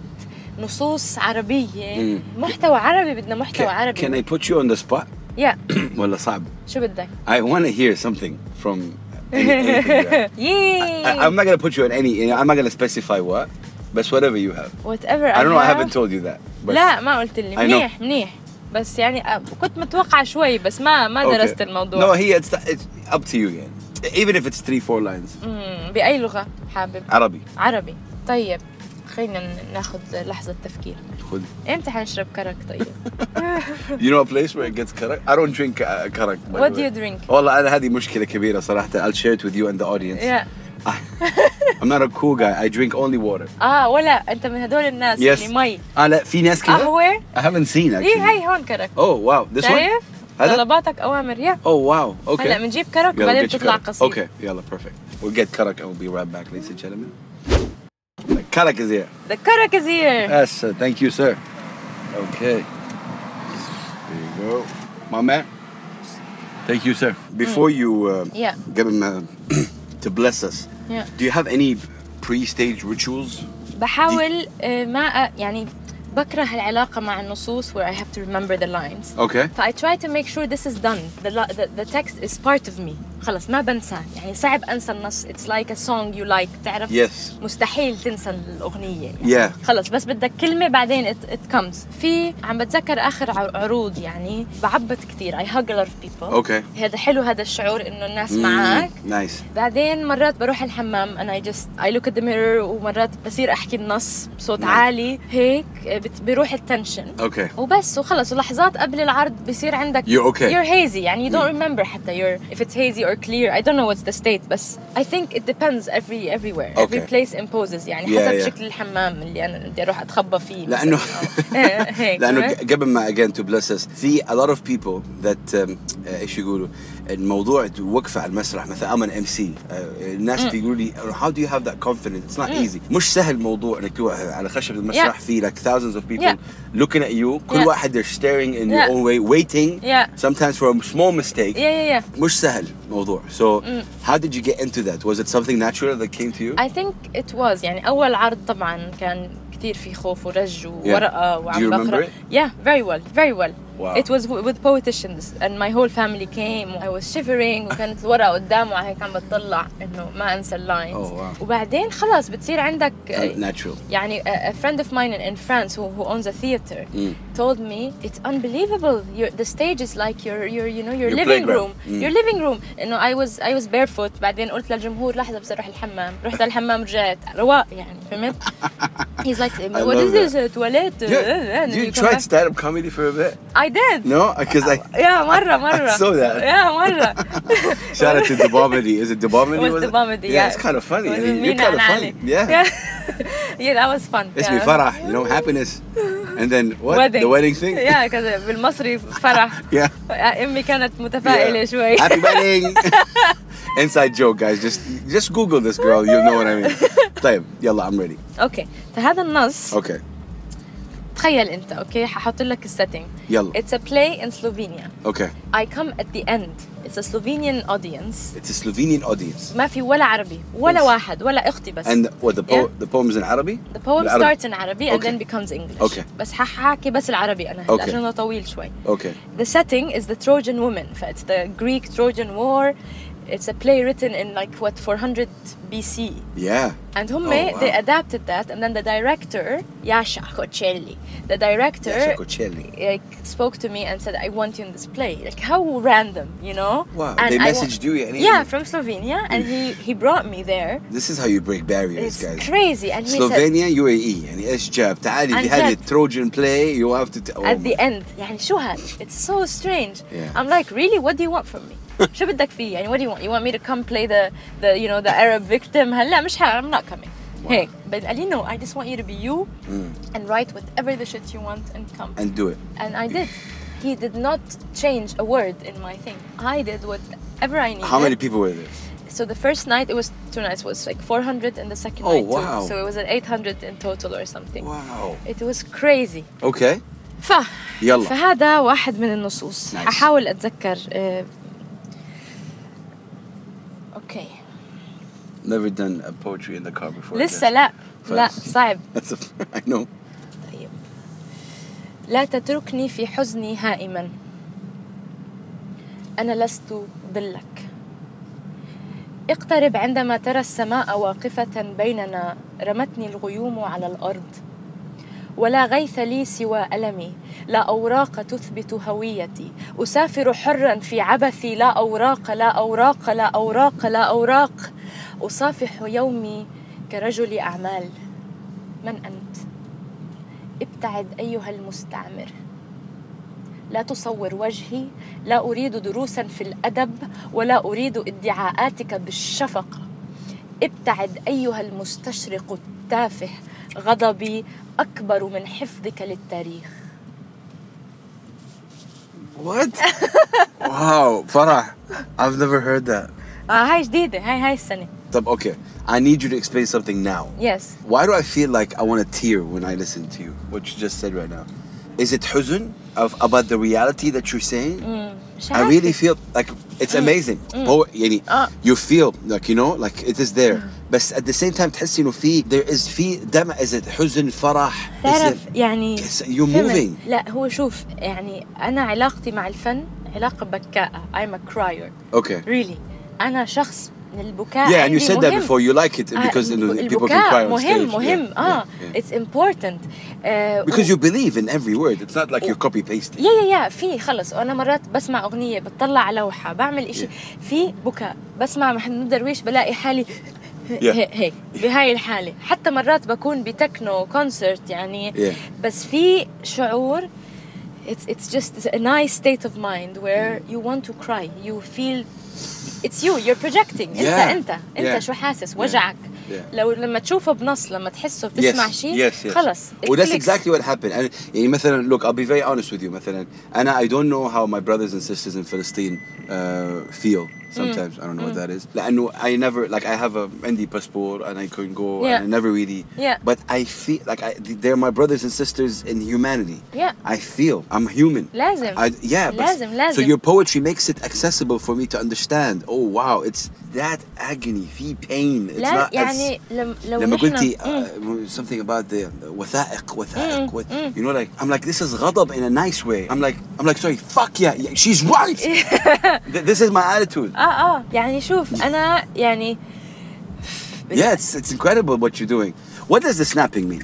[SPEAKER 3] نصوص عربية
[SPEAKER 1] مم.
[SPEAKER 3] محتوى عربي بدنا محتوى
[SPEAKER 1] Can,
[SPEAKER 3] عربي
[SPEAKER 1] can I put you on the spot?
[SPEAKER 3] يا
[SPEAKER 1] ولا صعب.
[SPEAKER 3] شو بدك
[SPEAKER 1] I want to hear something from Any- anything, yeah. I,
[SPEAKER 3] Yay!
[SPEAKER 1] I'm not gonna put you in any. You know, I'm not gonna specify what, but whatever you have.
[SPEAKER 3] وات ايفر
[SPEAKER 1] I don't know. I haven't told you that. But
[SPEAKER 3] لا ما قلت لي
[SPEAKER 1] I know.
[SPEAKER 3] منيح منيح بس يعني أ- كنت متوقعة شوي بس ما ما
[SPEAKER 1] Okay.
[SPEAKER 3] درست
[SPEAKER 1] No,
[SPEAKER 3] الموضوع
[SPEAKER 1] he. It's, it's up to you again. Even if it's three, four lines.
[SPEAKER 3] مم، بأي لغة حابب
[SPEAKER 1] Arabic.
[SPEAKER 3] عربي طيب خلينا ن- ناخذ لحظة تفكير
[SPEAKER 1] خد.
[SPEAKER 3] امتى حنشرب كرك طيب؟
[SPEAKER 1] You know a place where it gets karak? I don't drink uh, karak. by the
[SPEAKER 3] What do
[SPEAKER 1] way.
[SPEAKER 3] you drink?
[SPEAKER 1] والله أنا هذه مشكلة كبيرة صراحة. I'll share it with you and the audience.
[SPEAKER 3] Yeah.
[SPEAKER 1] I'm not a cool guy. I drink only water.
[SPEAKER 3] اه ولا انت من هدول الناس
[SPEAKER 1] Yes. Ah,
[SPEAKER 3] اللي مي
[SPEAKER 1] آه لا في ناس كده.
[SPEAKER 3] قهوة
[SPEAKER 1] I haven't seen actually.
[SPEAKER 3] ايه هاي هون كرك
[SPEAKER 1] Oh wow. This one.
[SPEAKER 3] شايف؟
[SPEAKER 1] هذا؟
[SPEAKER 3] طلباتك اوامر يا
[SPEAKER 1] Oh wow. Okay.
[SPEAKER 3] هلا بنجيب كرك
[SPEAKER 1] يلا
[SPEAKER 3] وبعدين
[SPEAKER 1] get your
[SPEAKER 3] بتطلع
[SPEAKER 1] karak.
[SPEAKER 3] قصيدة
[SPEAKER 1] Okay. يلا perfect. We'll get karak and we'll be right back, ladies and gentlemen. Karak is here.
[SPEAKER 3] The karak is here
[SPEAKER 1] Yes. sir. thank you, sir. Okay. There you go. My man. Thank you, sir. Before you uh,
[SPEAKER 3] Mm. Yeah.
[SPEAKER 1] get him uh, to bless us,
[SPEAKER 3] Yeah.
[SPEAKER 1] do you have any pre-stage rituals?
[SPEAKER 3] بحاول آه، ما أ- يعني بكره العلاقة مع النصوص where I have to remember the lines
[SPEAKER 1] Okay.
[SPEAKER 3] ف I try to make sure this is done the, li- the, the text is part of me خلص ما بنساه يعني صعب أنسى النص it's like a song you like تعرف
[SPEAKER 1] Yes.
[SPEAKER 3] مستحيل تنسى الأغنية يعني.
[SPEAKER 1] Yeah.
[SPEAKER 3] خلص بس بدك كلمة بعدين it, it comes في عم بتذكر آخر ع- عروض يعني بعبط كثير I hug a lot of people
[SPEAKER 1] Okay.
[SPEAKER 3] هذا حلو هذا الشعور إنه الناس
[SPEAKER 1] Mm,
[SPEAKER 3] معك
[SPEAKER 1] nice.
[SPEAKER 3] بعدين مرات بروح الحمام انا I just I look at the mirror ومرات بصير احكي النص بصوت
[SPEAKER 1] نعم.
[SPEAKER 3] عالي هيك بت- بيروح التنشن
[SPEAKER 1] Okay.
[SPEAKER 3] وبس وخلص ولحظات قبل العرض بصير عندك
[SPEAKER 1] You're okay. Mm.
[SPEAKER 3] you're hazy يعني you don't remember حتى you're if it's hazy or clear I don't know what's the state بس I think it depends every everywhere
[SPEAKER 1] Okay.
[SPEAKER 3] every place imposes يعني
[SPEAKER 1] Yeah,
[SPEAKER 3] حسب
[SPEAKER 1] yeah.
[SPEAKER 3] شكل الحمام اللي انا بدي اروح اتخبى فيه مثلاً.
[SPEAKER 1] لأنه-
[SPEAKER 3] أو- هيك
[SPEAKER 1] لانه
[SPEAKER 3] عرفت؟
[SPEAKER 1] قبل ما uh, again to bless us see a lot of people that um, uh, ايش يقولوا الموضوع وقفه على المسرح مثلا I'm an MC uh, الناس تقولوا لي how do you have that confidence it's not easy مش سهل موضوع انك توقع على خشب المسرح
[SPEAKER 3] Yeah.
[SPEAKER 1] في like thousands of people
[SPEAKER 3] Yeah.
[SPEAKER 1] looking at you كل
[SPEAKER 3] Yeah.
[SPEAKER 1] واحد they're staring in your
[SPEAKER 3] Yeah.
[SPEAKER 1] own way waiting
[SPEAKER 3] Yeah.
[SPEAKER 1] sometimes for a small mistake
[SPEAKER 3] yeah yeah yeah
[SPEAKER 1] مش سهل موضوع so how did you get into that was it something natural that came to you
[SPEAKER 3] I think it was يعني أول عرض طبعا كان كثير في خوف ورج وورقة
[SPEAKER 1] Do you
[SPEAKER 3] وعم
[SPEAKER 1] remember
[SPEAKER 3] بقرا
[SPEAKER 1] it?
[SPEAKER 3] Yeah, very well, very well.
[SPEAKER 1] Wow.
[SPEAKER 3] It was wi- with politicians and my whole family came I was shivering وكانت الورقة قدامه هيك عم بتطلع انه ما انسى اللاينز
[SPEAKER 1] Oh, wow.
[SPEAKER 3] وبعدين خلاص بتصير عندك
[SPEAKER 1] Uh, natural
[SPEAKER 3] يعني a, a friend of mine in, in France who, who owns a theater
[SPEAKER 1] Mm.
[SPEAKER 3] told me it's unbelievable. Your, the stage is like your your you know your,
[SPEAKER 1] Your
[SPEAKER 3] living
[SPEAKER 1] playground.
[SPEAKER 3] room,
[SPEAKER 1] Mm.
[SPEAKER 3] your living room. إنه I was I was barefoot. بعدين قلت للجمهور لحظة بس أروح الحمام. رحت الحمام رجعت رواق يعني فهمت؟ He's like
[SPEAKER 1] I
[SPEAKER 3] what
[SPEAKER 1] love
[SPEAKER 3] is this toilet?
[SPEAKER 1] yeah.
[SPEAKER 3] And
[SPEAKER 1] you
[SPEAKER 3] come
[SPEAKER 1] tried
[SPEAKER 3] back.
[SPEAKER 1] stand-up comedy for a bit
[SPEAKER 3] I did.
[SPEAKER 1] no because I
[SPEAKER 3] Yeah, مرة مرة.
[SPEAKER 1] saw that.
[SPEAKER 3] Yeah, مرة.
[SPEAKER 1] Shout out to Dabamadi. Is it Dabamadi?
[SPEAKER 3] It was
[SPEAKER 1] it?
[SPEAKER 3] Dabamadi,
[SPEAKER 1] Yeah,
[SPEAKER 3] yeah.
[SPEAKER 1] it's kind of funny.
[SPEAKER 3] It
[SPEAKER 1] I
[SPEAKER 3] was
[SPEAKER 1] mean,
[SPEAKER 3] me
[SPEAKER 1] You're
[SPEAKER 3] and
[SPEAKER 1] kind of
[SPEAKER 3] Anna
[SPEAKER 1] funny.
[SPEAKER 3] Ali.
[SPEAKER 1] Yeah.
[SPEAKER 3] yeah, that was fun.
[SPEAKER 1] It's me
[SPEAKER 3] Yeah.
[SPEAKER 1] farah, you know, happiness. And then what?
[SPEAKER 3] Wedding.
[SPEAKER 1] The wedding thing?
[SPEAKER 3] Yeah, كذا بالمصري فرح.
[SPEAKER 1] Yeah.
[SPEAKER 3] امي كانت متفائله
[SPEAKER 1] Yeah.
[SPEAKER 3] شوي
[SPEAKER 1] Happy wedding. Inside joke, guys. Just just Google this girl. You'll know what I mean. طيب يلا I'm ready.
[SPEAKER 3] اوكي فهذا النص
[SPEAKER 1] Okay.
[SPEAKER 3] تخيل انت اوكي ححط لك السيتنج
[SPEAKER 1] يلا.
[SPEAKER 3] It's a play in Slovenia.
[SPEAKER 1] Okay.
[SPEAKER 3] I come at the end. It's a Slovenian audience.
[SPEAKER 1] It's a Slovenian audience.
[SPEAKER 3] ما في ولا عربي ولا
[SPEAKER 1] Yes.
[SPEAKER 3] واحد ولا اختي بس.
[SPEAKER 1] And what the po-
[SPEAKER 3] Yeah.
[SPEAKER 1] the poem is in Arabic?
[SPEAKER 3] the poem
[SPEAKER 1] بالعربي.
[SPEAKER 3] starts in Arabic and
[SPEAKER 1] Okay.
[SPEAKER 3] then becomes English.
[SPEAKER 1] Okay.
[SPEAKER 3] بس ححاكي بس العربي انا هلا
[SPEAKER 1] Okay.
[SPEAKER 3] عشان هو طويل شوي.
[SPEAKER 1] Okay.
[SPEAKER 3] The setting is the Trojan woman. ف- It's the Greek Trojan War. It's a play written in like what 400 BC.
[SPEAKER 1] Yeah.
[SPEAKER 3] And هم
[SPEAKER 1] Oh, wow.
[SPEAKER 3] they adapted that and then the director Yasha Kocelli the director
[SPEAKER 1] Yasha Kocelli.
[SPEAKER 3] like spoke to me and said I want you in this play like how random you know
[SPEAKER 1] Wow.
[SPEAKER 3] and
[SPEAKER 1] they
[SPEAKER 3] I wa-
[SPEAKER 1] messaged you and
[SPEAKER 3] yeah from Slovenia and he he brought me there
[SPEAKER 1] This is how you break barriers,
[SPEAKER 3] it's
[SPEAKER 1] guys.
[SPEAKER 3] crazy and he said
[SPEAKER 1] Slovenia E. UAE يعني ايش جاب تعالي
[SPEAKER 3] عن
[SPEAKER 1] في هذه
[SPEAKER 3] جد.
[SPEAKER 1] Trojan play you have to t-
[SPEAKER 3] at the end يعني شو هاد it's so strange
[SPEAKER 1] Oh Yeah.
[SPEAKER 3] I'm like really what do you want from me شو بدك فيه يعني what do you want you want me to come play the the you know the Arab victim هلا مش ح- I'm not coming هيك but قال لي no I just want you to be you and write whatever the shit you want and come
[SPEAKER 1] Mm. and do it
[SPEAKER 3] and I did he did not change a word in my thing I did whatever I needed
[SPEAKER 1] how many people were there
[SPEAKER 3] So the first night it was two nights was like 400 and the second
[SPEAKER 1] Oh,
[SPEAKER 3] night too.
[SPEAKER 1] wow.
[SPEAKER 3] so it was at 800 in total or something.
[SPEAKER 1] wow
[SPEAKER 3] It was crazy.
[SPEAKER 1] okay
[SPEAKER 3] ف
[SPEAKER 1] يلا
[SPEAKER 3] فهذا واحد من النصوص
[SPEAKER 1] Nice.
[SPEAKER 3] احاول اتذكر آه، اوكي
[SPEAKER 1] never done a poetry in the car before
[SPEAKER 3] لسه لا لا
[SPEAKER 1] First.
[SPEAKER 3] صعب
[SPEAKER 1] that's a, I know
[SPEAKER 3] طيب لا تتركني في حزني هائما أنا لست ظلك اقترب عندما ترى السماء واقفة بيننا رمتني الغيوم على الأرض ولا غيث لي سوى ألمي لا أوراق تثبت هويتي أسافر حرا في عبثي لا أوراق لا أوراق لا أوراق لا أوراق أصافح يومي كرجل أعمال من أنت؟ ابتعد أيها المستعمر لا تصور وجهي لا اريد دروسا في الادب ولا اريد ادعاءاتك بالشفقه ابتعد ايها المستشرق التافه غضبي اكبر من حفظك للتاريخ
[SPEAKER 1] What? wow, Farah. I've never heard that.
[SPEAKER 3] آه هاي جديده هاي هاي السنه
[SPEAKER 1] طب okay, I need you to explain something now.
[SPEAKER 3] يس
[SPEAKER 1] Why do I feel like I want to tear when I listen to you? What you just said right now. Is it huzun of about the reality that you're saying?
[SPEAKER 3] مش
[SPEAKER 1] I
[SPEAKER 3] عارفة.
[SPEAKER 1] really feel like it's
[SPEAKER 3] Mm.
[SPEAKER 1] amazing. هو يعني
[SPEAKER 3] آه.
[SPEAKER 1] you feel like you know like it is there.
[SPEAKER 3] Mm.
[SPEAKER 1] بس at the same time تحسي انه في there is في دمع is it حزن فرح is
[SPEAKER 3] تعرف
[SPEAKER 1] it-
[SPEAKER 3] يعني
[SPEAKER 1] Yes, you're
[SPEAKER 3] فهمت.
[SPEAKER 1] moving.
[SPEAKER 3] لا هو شوف يعني انا علاقتي مع الفن علاقه بكاءه I'm a crier
[SPEAKER 1] Okay.
[SPEAKER 3] really انا شخص من البكاء
[SPEAKER 1] Yeah, and
[SPEAKER 3] عندي
[SPEAKER 1] you said
[SPEAKER 3] مهم.
[SPEAKER 1] that before. You like it because
[SPEAKER 3] آه،
[SPEAKER 1] you know,
[SPEAKER 3] الب-
[SPEAKER 1] people can cry on
[SPEAKER 3] مهم
[SPEAKER 1] stage.
[SPEAKER 3] مهم
[SPEAKER 1] Yeah,
[SPEAKER 3] اه
[SPEAKER 1] yeah, yeah.
[SPEAKER 3] اتس امبورتنت
[SPEAKER 1] Because you believe in every word. It's not like
[SPEAKER 3] Oh.
[SPEAKER 1] you copy paste.
[SPEAKER 3] يا يا يا في خلص وانا مرات بسمع اغنيه بتطلع على لوحه بعمل إشي في بكاء بسمع محمود درويش بلاقي حالي هيك هيك بهاي الحاله حتى مرات بكون بتكنو كونسرت يعني
[SPEAKER 1] Yeah.
[SPEAKER 3] بس في شعور it's it's just a nice state of mind where you want to cry you feel it's you you're projecting
[SPEAKER 1] Yeah.
[SPEAKER 3] انت انت انت
[SPEAKER 1] Yeah.
[SPEAKER 3] شو حاسس
[SPEAKER 1] Yeah.
[SPEAKER 3] وجعك
[SPEAKER 1] Yeah.
[SPEAKER 3] لو لما تشوفه بنص لما تحسه بتسمع شيء
[SPEAKER 1] yes, yes.
[SPEAKER 3] خلص it
[SPEAKER 1] Well, that's
[SPEAKER 3] clicks.
[SPEAKER 1] exactly what happened. And, يعني مثلا, look, I'll be very honest with you. مثلا, and I don't know how my brothers and sisters in Palestine uh, feel sometimes.
[SPEAKER 3] Mm.
[SPEAKER 1] I don't know what that is. لأنه I never, like, I have a عندي passport and I can go
[SPEAKER 3] Yeah.
[SPEAKER 1] and I never really.
[SPEAKER 3] Yeah.
[SPEAKER 1] But I feel like I, they're my brothers and sisters in humanity.
[SPEAKER 3] Yeah.
[SPEAKER 1] I feel I'm human.
[SPEAKER 3] لازم.
[SPEAKER 1] I, yeah. but-
[SPEAKER 3] لازم- لازم.
[SPEAKER 1] So your poetry makes it accessible for me to understand. Oh wow, it's that agony, في pain. It's
[SPEAKER 3] لا
[SPEAKER 1] not as-
[SPEAKER 3] يعني لم لو
[SPEAKER 1] لما
[SPEAKER 3] نحن-
[SPEAKER 1] قلتي
[SPEAKER 3] مم.
[SPEAKER 1] uh, something about the وثائق
[SPEAKER 3] Mm,
[SPEAKER 1] وثائق وث-
[SPEAKER 3] mm.
[SPEAKER 1] you know like I'm like this is غضب in a nice way I'm like I'm like sorry fuck yeah, yeah, she's right Th- this is my attitude
[SPEAKER 3] اه اه يعني شوف انا يعني
[SPEAKER 1] yeah it's, it's incredible what you're doing what does the snapping mean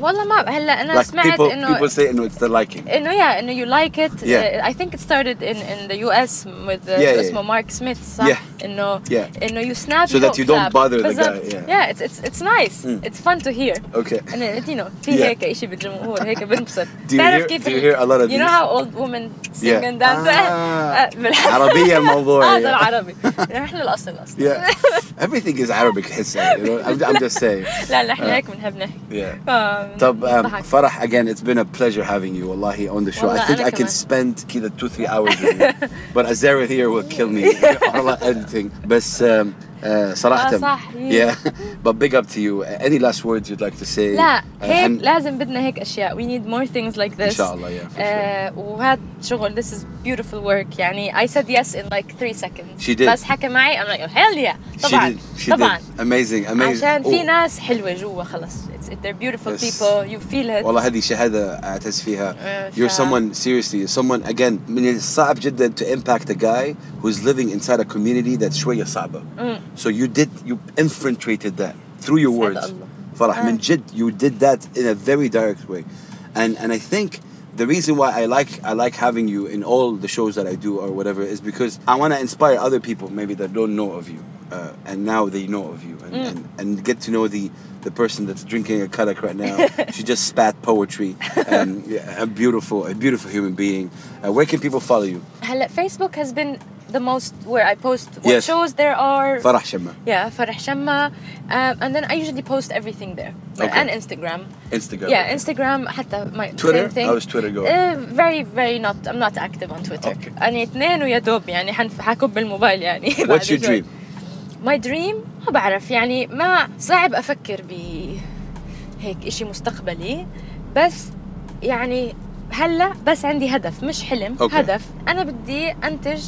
[SPEAKER 3] والله ما هلا انا
[SPEAKER 1] like
[SPEAKER 3] سمعت
[SPEAKER 1] people
[SPEAKER 3] انه
[SPEAKER 1] people say no it's the liking
[SPEAKER 3] انه يا انه you like it
[SPEAKER 1] Yeah.
[SPEAKER 3] uh, I think it started in in the US with uh,
[SPEAKER 1] Yeah, yeah,
[SPEAKER 3] اسمه
[SPEAKER 1] yeah.
[SPEAKER 3] مارك سميث صح
[SPEAKER 1] Yeah.
[SPEAKER 3] انه
[SPEAKER 1] Yeah.
[SPEAKER 3] انه you snap
[SPEAKER 1] So that you don't
[SPEAKER 3] clap.
[SPEAKER 1] bother the
[SPEAKER 3] بالضبط.
[SPEAKER 1] guy, yeah.
[SPEAKER 3] yeah it's it's it's nice
[SPEAKER 1] Mm.
[SPEAKER 3] it's fun to hear
[SPEAKER 1] okay
[SPEAKER 3] انا لاتينو في
[SPEAKER 1] Yeah.
[SPEAKER 3] هيك شيء بالجمهور هيك بنبسط
[SPEAKER 1] Do you
[SPEAKER 3] بتعرف
[SPEAKER 1] hear-
[SPEAKER 3] كيف
[SPEAKER 1] do you hear a lot of
[SPEAKER 3] you know
[SPEAKER 1] these?
[SPEAKER 3] how old women sing
[SPEAKER 1] Yeah.
[SPEAKER 3] and dance
[SPEAKER 1] آه.
[SPEAKER 3] بالح-
[SPEAKER 1] عربية الموضوع
[SPEAKER 3] اه ده
[SPEAKER 1] yeah.
[SPEAKER 3] العربي نحن الاصل اصلا
[SPEAKER 1] yeah everything is Arabic حسين, you know I'm, I'm just saying
[SPEAKER 3] لا نحن هيك بنحب نحكي
[SPEAKER 1] yeah
[SPEAKER 3] آه،
[SPEAKER 1] آه. طب um,
[SPEAKER 3] بنضحك.
[SPEAKER 1] فرح again it's been a pleasure having you wallahi on the show I
[SPEAKER 3] والله
[SPEAKER 1] think
[SPEAKER 3] أنا
[SPEAKER 1] I can
[SPEAKER 3] كمان.
[SPEAKER 1] spend كده two three hours with you but Azara here will kill me Allah editing بس um, uh, صراحة
[SPEAKER 3] آه، صح.
[SPEAKER 1] yeah but big up to you any last words you'd like to say Uh,
[SPEAKER 3] لا هيك
[SPEAKER 1] and-
[SPEAKER 3] لازم بدنا هيك اشياء we need more things like
[SPEAKER 1] آه، إن
[SPEAKER 3] this
[SPEAKER 1] شاء الله yeah for sure.
[SPEAKER 3] Uh, آه، وهذا شغل this is beautiful work يعني I said yes in like 3 seconds
[SPEAKER 1] She did.
[SPEAKER 3] بس حكى معي I'm like hell yeah
[SPEAKER 1] she
[SPEAKER 3] طبعا
[SPEAKER 1] did she
[SPEAKER 3] طبعا
[SPEAKER 1] did amazing amazing
[SPEAKER 3] عشان في
[SPEAKER 1] Oh.
[SPEAKER 3] ناس حلوة جوا خلص It's- they're beautiful
[SPEAKER 1] Yes.
[SPEAKER 3] people you feel it
[SPEAKER 1] والله هذه شهادة أعتز فيها
[SPEAKER 3] آه،
[SPEAKER 1] uh, you're
[SPEAKER 3] ف-
[SPEAKER 1] someone seriously you're someone again من الصعب جدا to impact a guy who's living inside a community that's شوية صعبة
[SPEAKER 3] Mm.
[SPEAKER 1] so you did you infiltrated that through your
[SPEAKER 3] سعد
[SPEAKER 1] words
[SPEAKER 3] الله.
[SPEAKER 1] فرح
[SPEAKER 3] آه.
[SPEAKER 1] من جد you did that in a very direct way and and I think the reason why I like I like having you in all the shows that I do or whatever is because I want to inspire other people maybe that don't know of you uh, and now they know of you and,
[SPEAKER 3] Mm.
[SPEAKER 1] and, and get to know the the person that's drinking a karak right now she just spat poetry um, yeah, a beautiful a beautiful human being uh, where can people follow you
[SPEAKER 3] هلا Facebook has been the most where I post what
[SPEAKER 1] Yes.
[SPEAKER 3] shows there are
[SPEAKER 1] فرح شمع
[SPEAKER 3] yeah فرح شمة um, and then I usually post everything there
[SPEAKER 1] Okay.
[SPEAKER 3] and Instagram
[SPEAKER 1] Instagram
[SPEAKER 3] Yeah, Instagram حتى my
[SPEAKER 1] Twitter
[SPEAKER 3] same thing.
[SPEAKER 1] how is Twitter going
[SPEAKER 3] Uh, very very not I'm not active on Twitter.
[SPEAKER 1] Okay.
[SPEAKER 3] أنا اثنين ويا دوب يعني حنف- حكب بالموبايل يعني بعد
[SPEAKER 1] what's your
[SPEAKER 3] شوي.
[SPEAKER 1] dream
[SPEAKER 3] My dream ما بعرف يعني ما صعب أفكر ب هيك إشي مستقبلي بس يعني هلا بس عندي هدف مش حلم
[SPEAKER 1] Okay.
[SPEAKER 3] هدف أنا بدي أنتج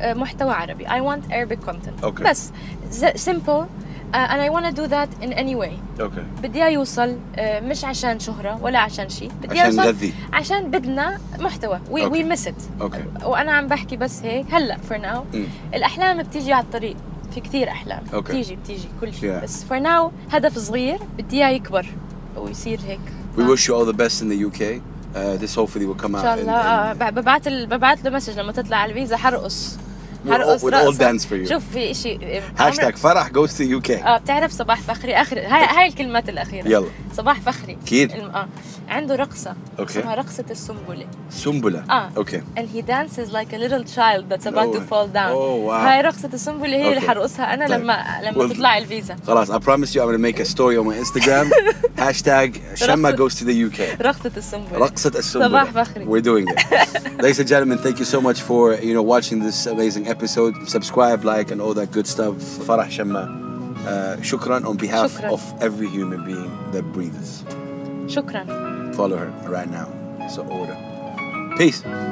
[SPEAKER 3] آه، محتوى عربي I want Arabic content
[SPEAKER 1] Okay.
[SPEAKER 3] بس ز- simple uh, and I want to do that in any way
[SPEAKER 1] okay
[SPEAKER 3] بدي إياه يوصل آه، مش عشان شهرة ولا عشان شيء بدي إياه
[SPEAKER 1] عشان
[SPEAKER 3] يوصل
[SPEAKER 1] نغذي.
[SPEAKER 3] عشان بدنا محتوى وي وي
[SPEAKER 1] أوكي.
[SPEAKER 3] مس ات
[SPEAKER 1] أوكي.
[SPEAKER 3] وانا عم بحكي بس هيك هلا فور ناو
[SPEAKER 1] مم.
[SPEAKER 3] الاحلام بتيجي على الطريق في كثير احلام
[SPEAKER 1] أوكي.
[SPEAKER 3] بتيجي بتيجي كل شيء
[SPEAKER 1] Yeah.
[SPEAKER 3] بس فور ناو هدف صغير بدي اياه يكبر ويصير هيك
[SPEAKER 1] We wish you all the best in the UK. Uh, this hopefully will come
[SPEAKER 3] ان
[SPEAKER 1] out.
[SPEAKER 3] شاء
[SPEAKER 1] in-
[SPEAKER 3] الله آه،
[SPEAKER 1] in-
[SPEAKER 3] ب- ببعت ال- ببعت له مسج لما تطلع على الفيزا حرقص
[SPEAKER 1] We'll all-
[SPEAKER 3] حرقص
[SPEAKER 1] we'll all
[SPEAKER 3] رقصة.
[SPEAKER 1] dance for you.
[SPEAKER 3] شوف في شيء
[SPEAKER 1] Hashtag Farah goes to UK.
[SPEAKER 3] اه بتعرف صباح فخري اخر هاي هاي الكلمات الاخيره
[SPEAKER 1] يلا.
[SPEAKER 3] صباح فخري
[SPEAKER 1] أكيد.
[SPEAKER 3] الم... اه عنده رقصه
[SPEAKER 1] أوكي.
[SPEAKER 3] اسمها رقصه السنبله
[SPEAKER 1] Sumbula.
[SPEAKER 3] اه
[SPEAKER 1] Okay.
[SPEAKER 3] and he dances like a little child that's about
[SPEAKER 1] No
[SPEAKER 3] to
[SPEAKER 1] way.
[SPEAKER 3] fall down
[SPEAKER 1] Oh, wow.
[SPEAKER 3] هاي رقصه السنبله هي
[SPEAKER 1] Okay.
[SPEAKER 3] اللي حرقصها انا
[SPEAKER 1] طيب.
[SPEAKER 3] لما لما
[SPEAKER 1] Well-
[SPEAKER 3] تطلع الفيزا
[SPEAKER 1] خلاص I promise you I'm gonna make a story on my Instagram. Hashtag Shamma goes to the UK.
[SPEAKER 3] رقصه السنبله
[SPEAKER 1] رقصة السنبلة.
[SPEAKER 3] صباح فخري.
[SPEAKER 1] We're doing it. Ladies and gentlemen, thank you so much for you know watching this amazing episode. Subscribe, like, and all that good stuff. Farah Shamma. Uh, shukran on behalf
[SPEAKER 3] شكراً.
[SPEAKER 1] of every human being that breathes.
[SPEAKER 3] شكرا
[SPEAKER 1] Follow her right now. It's an order. Peace.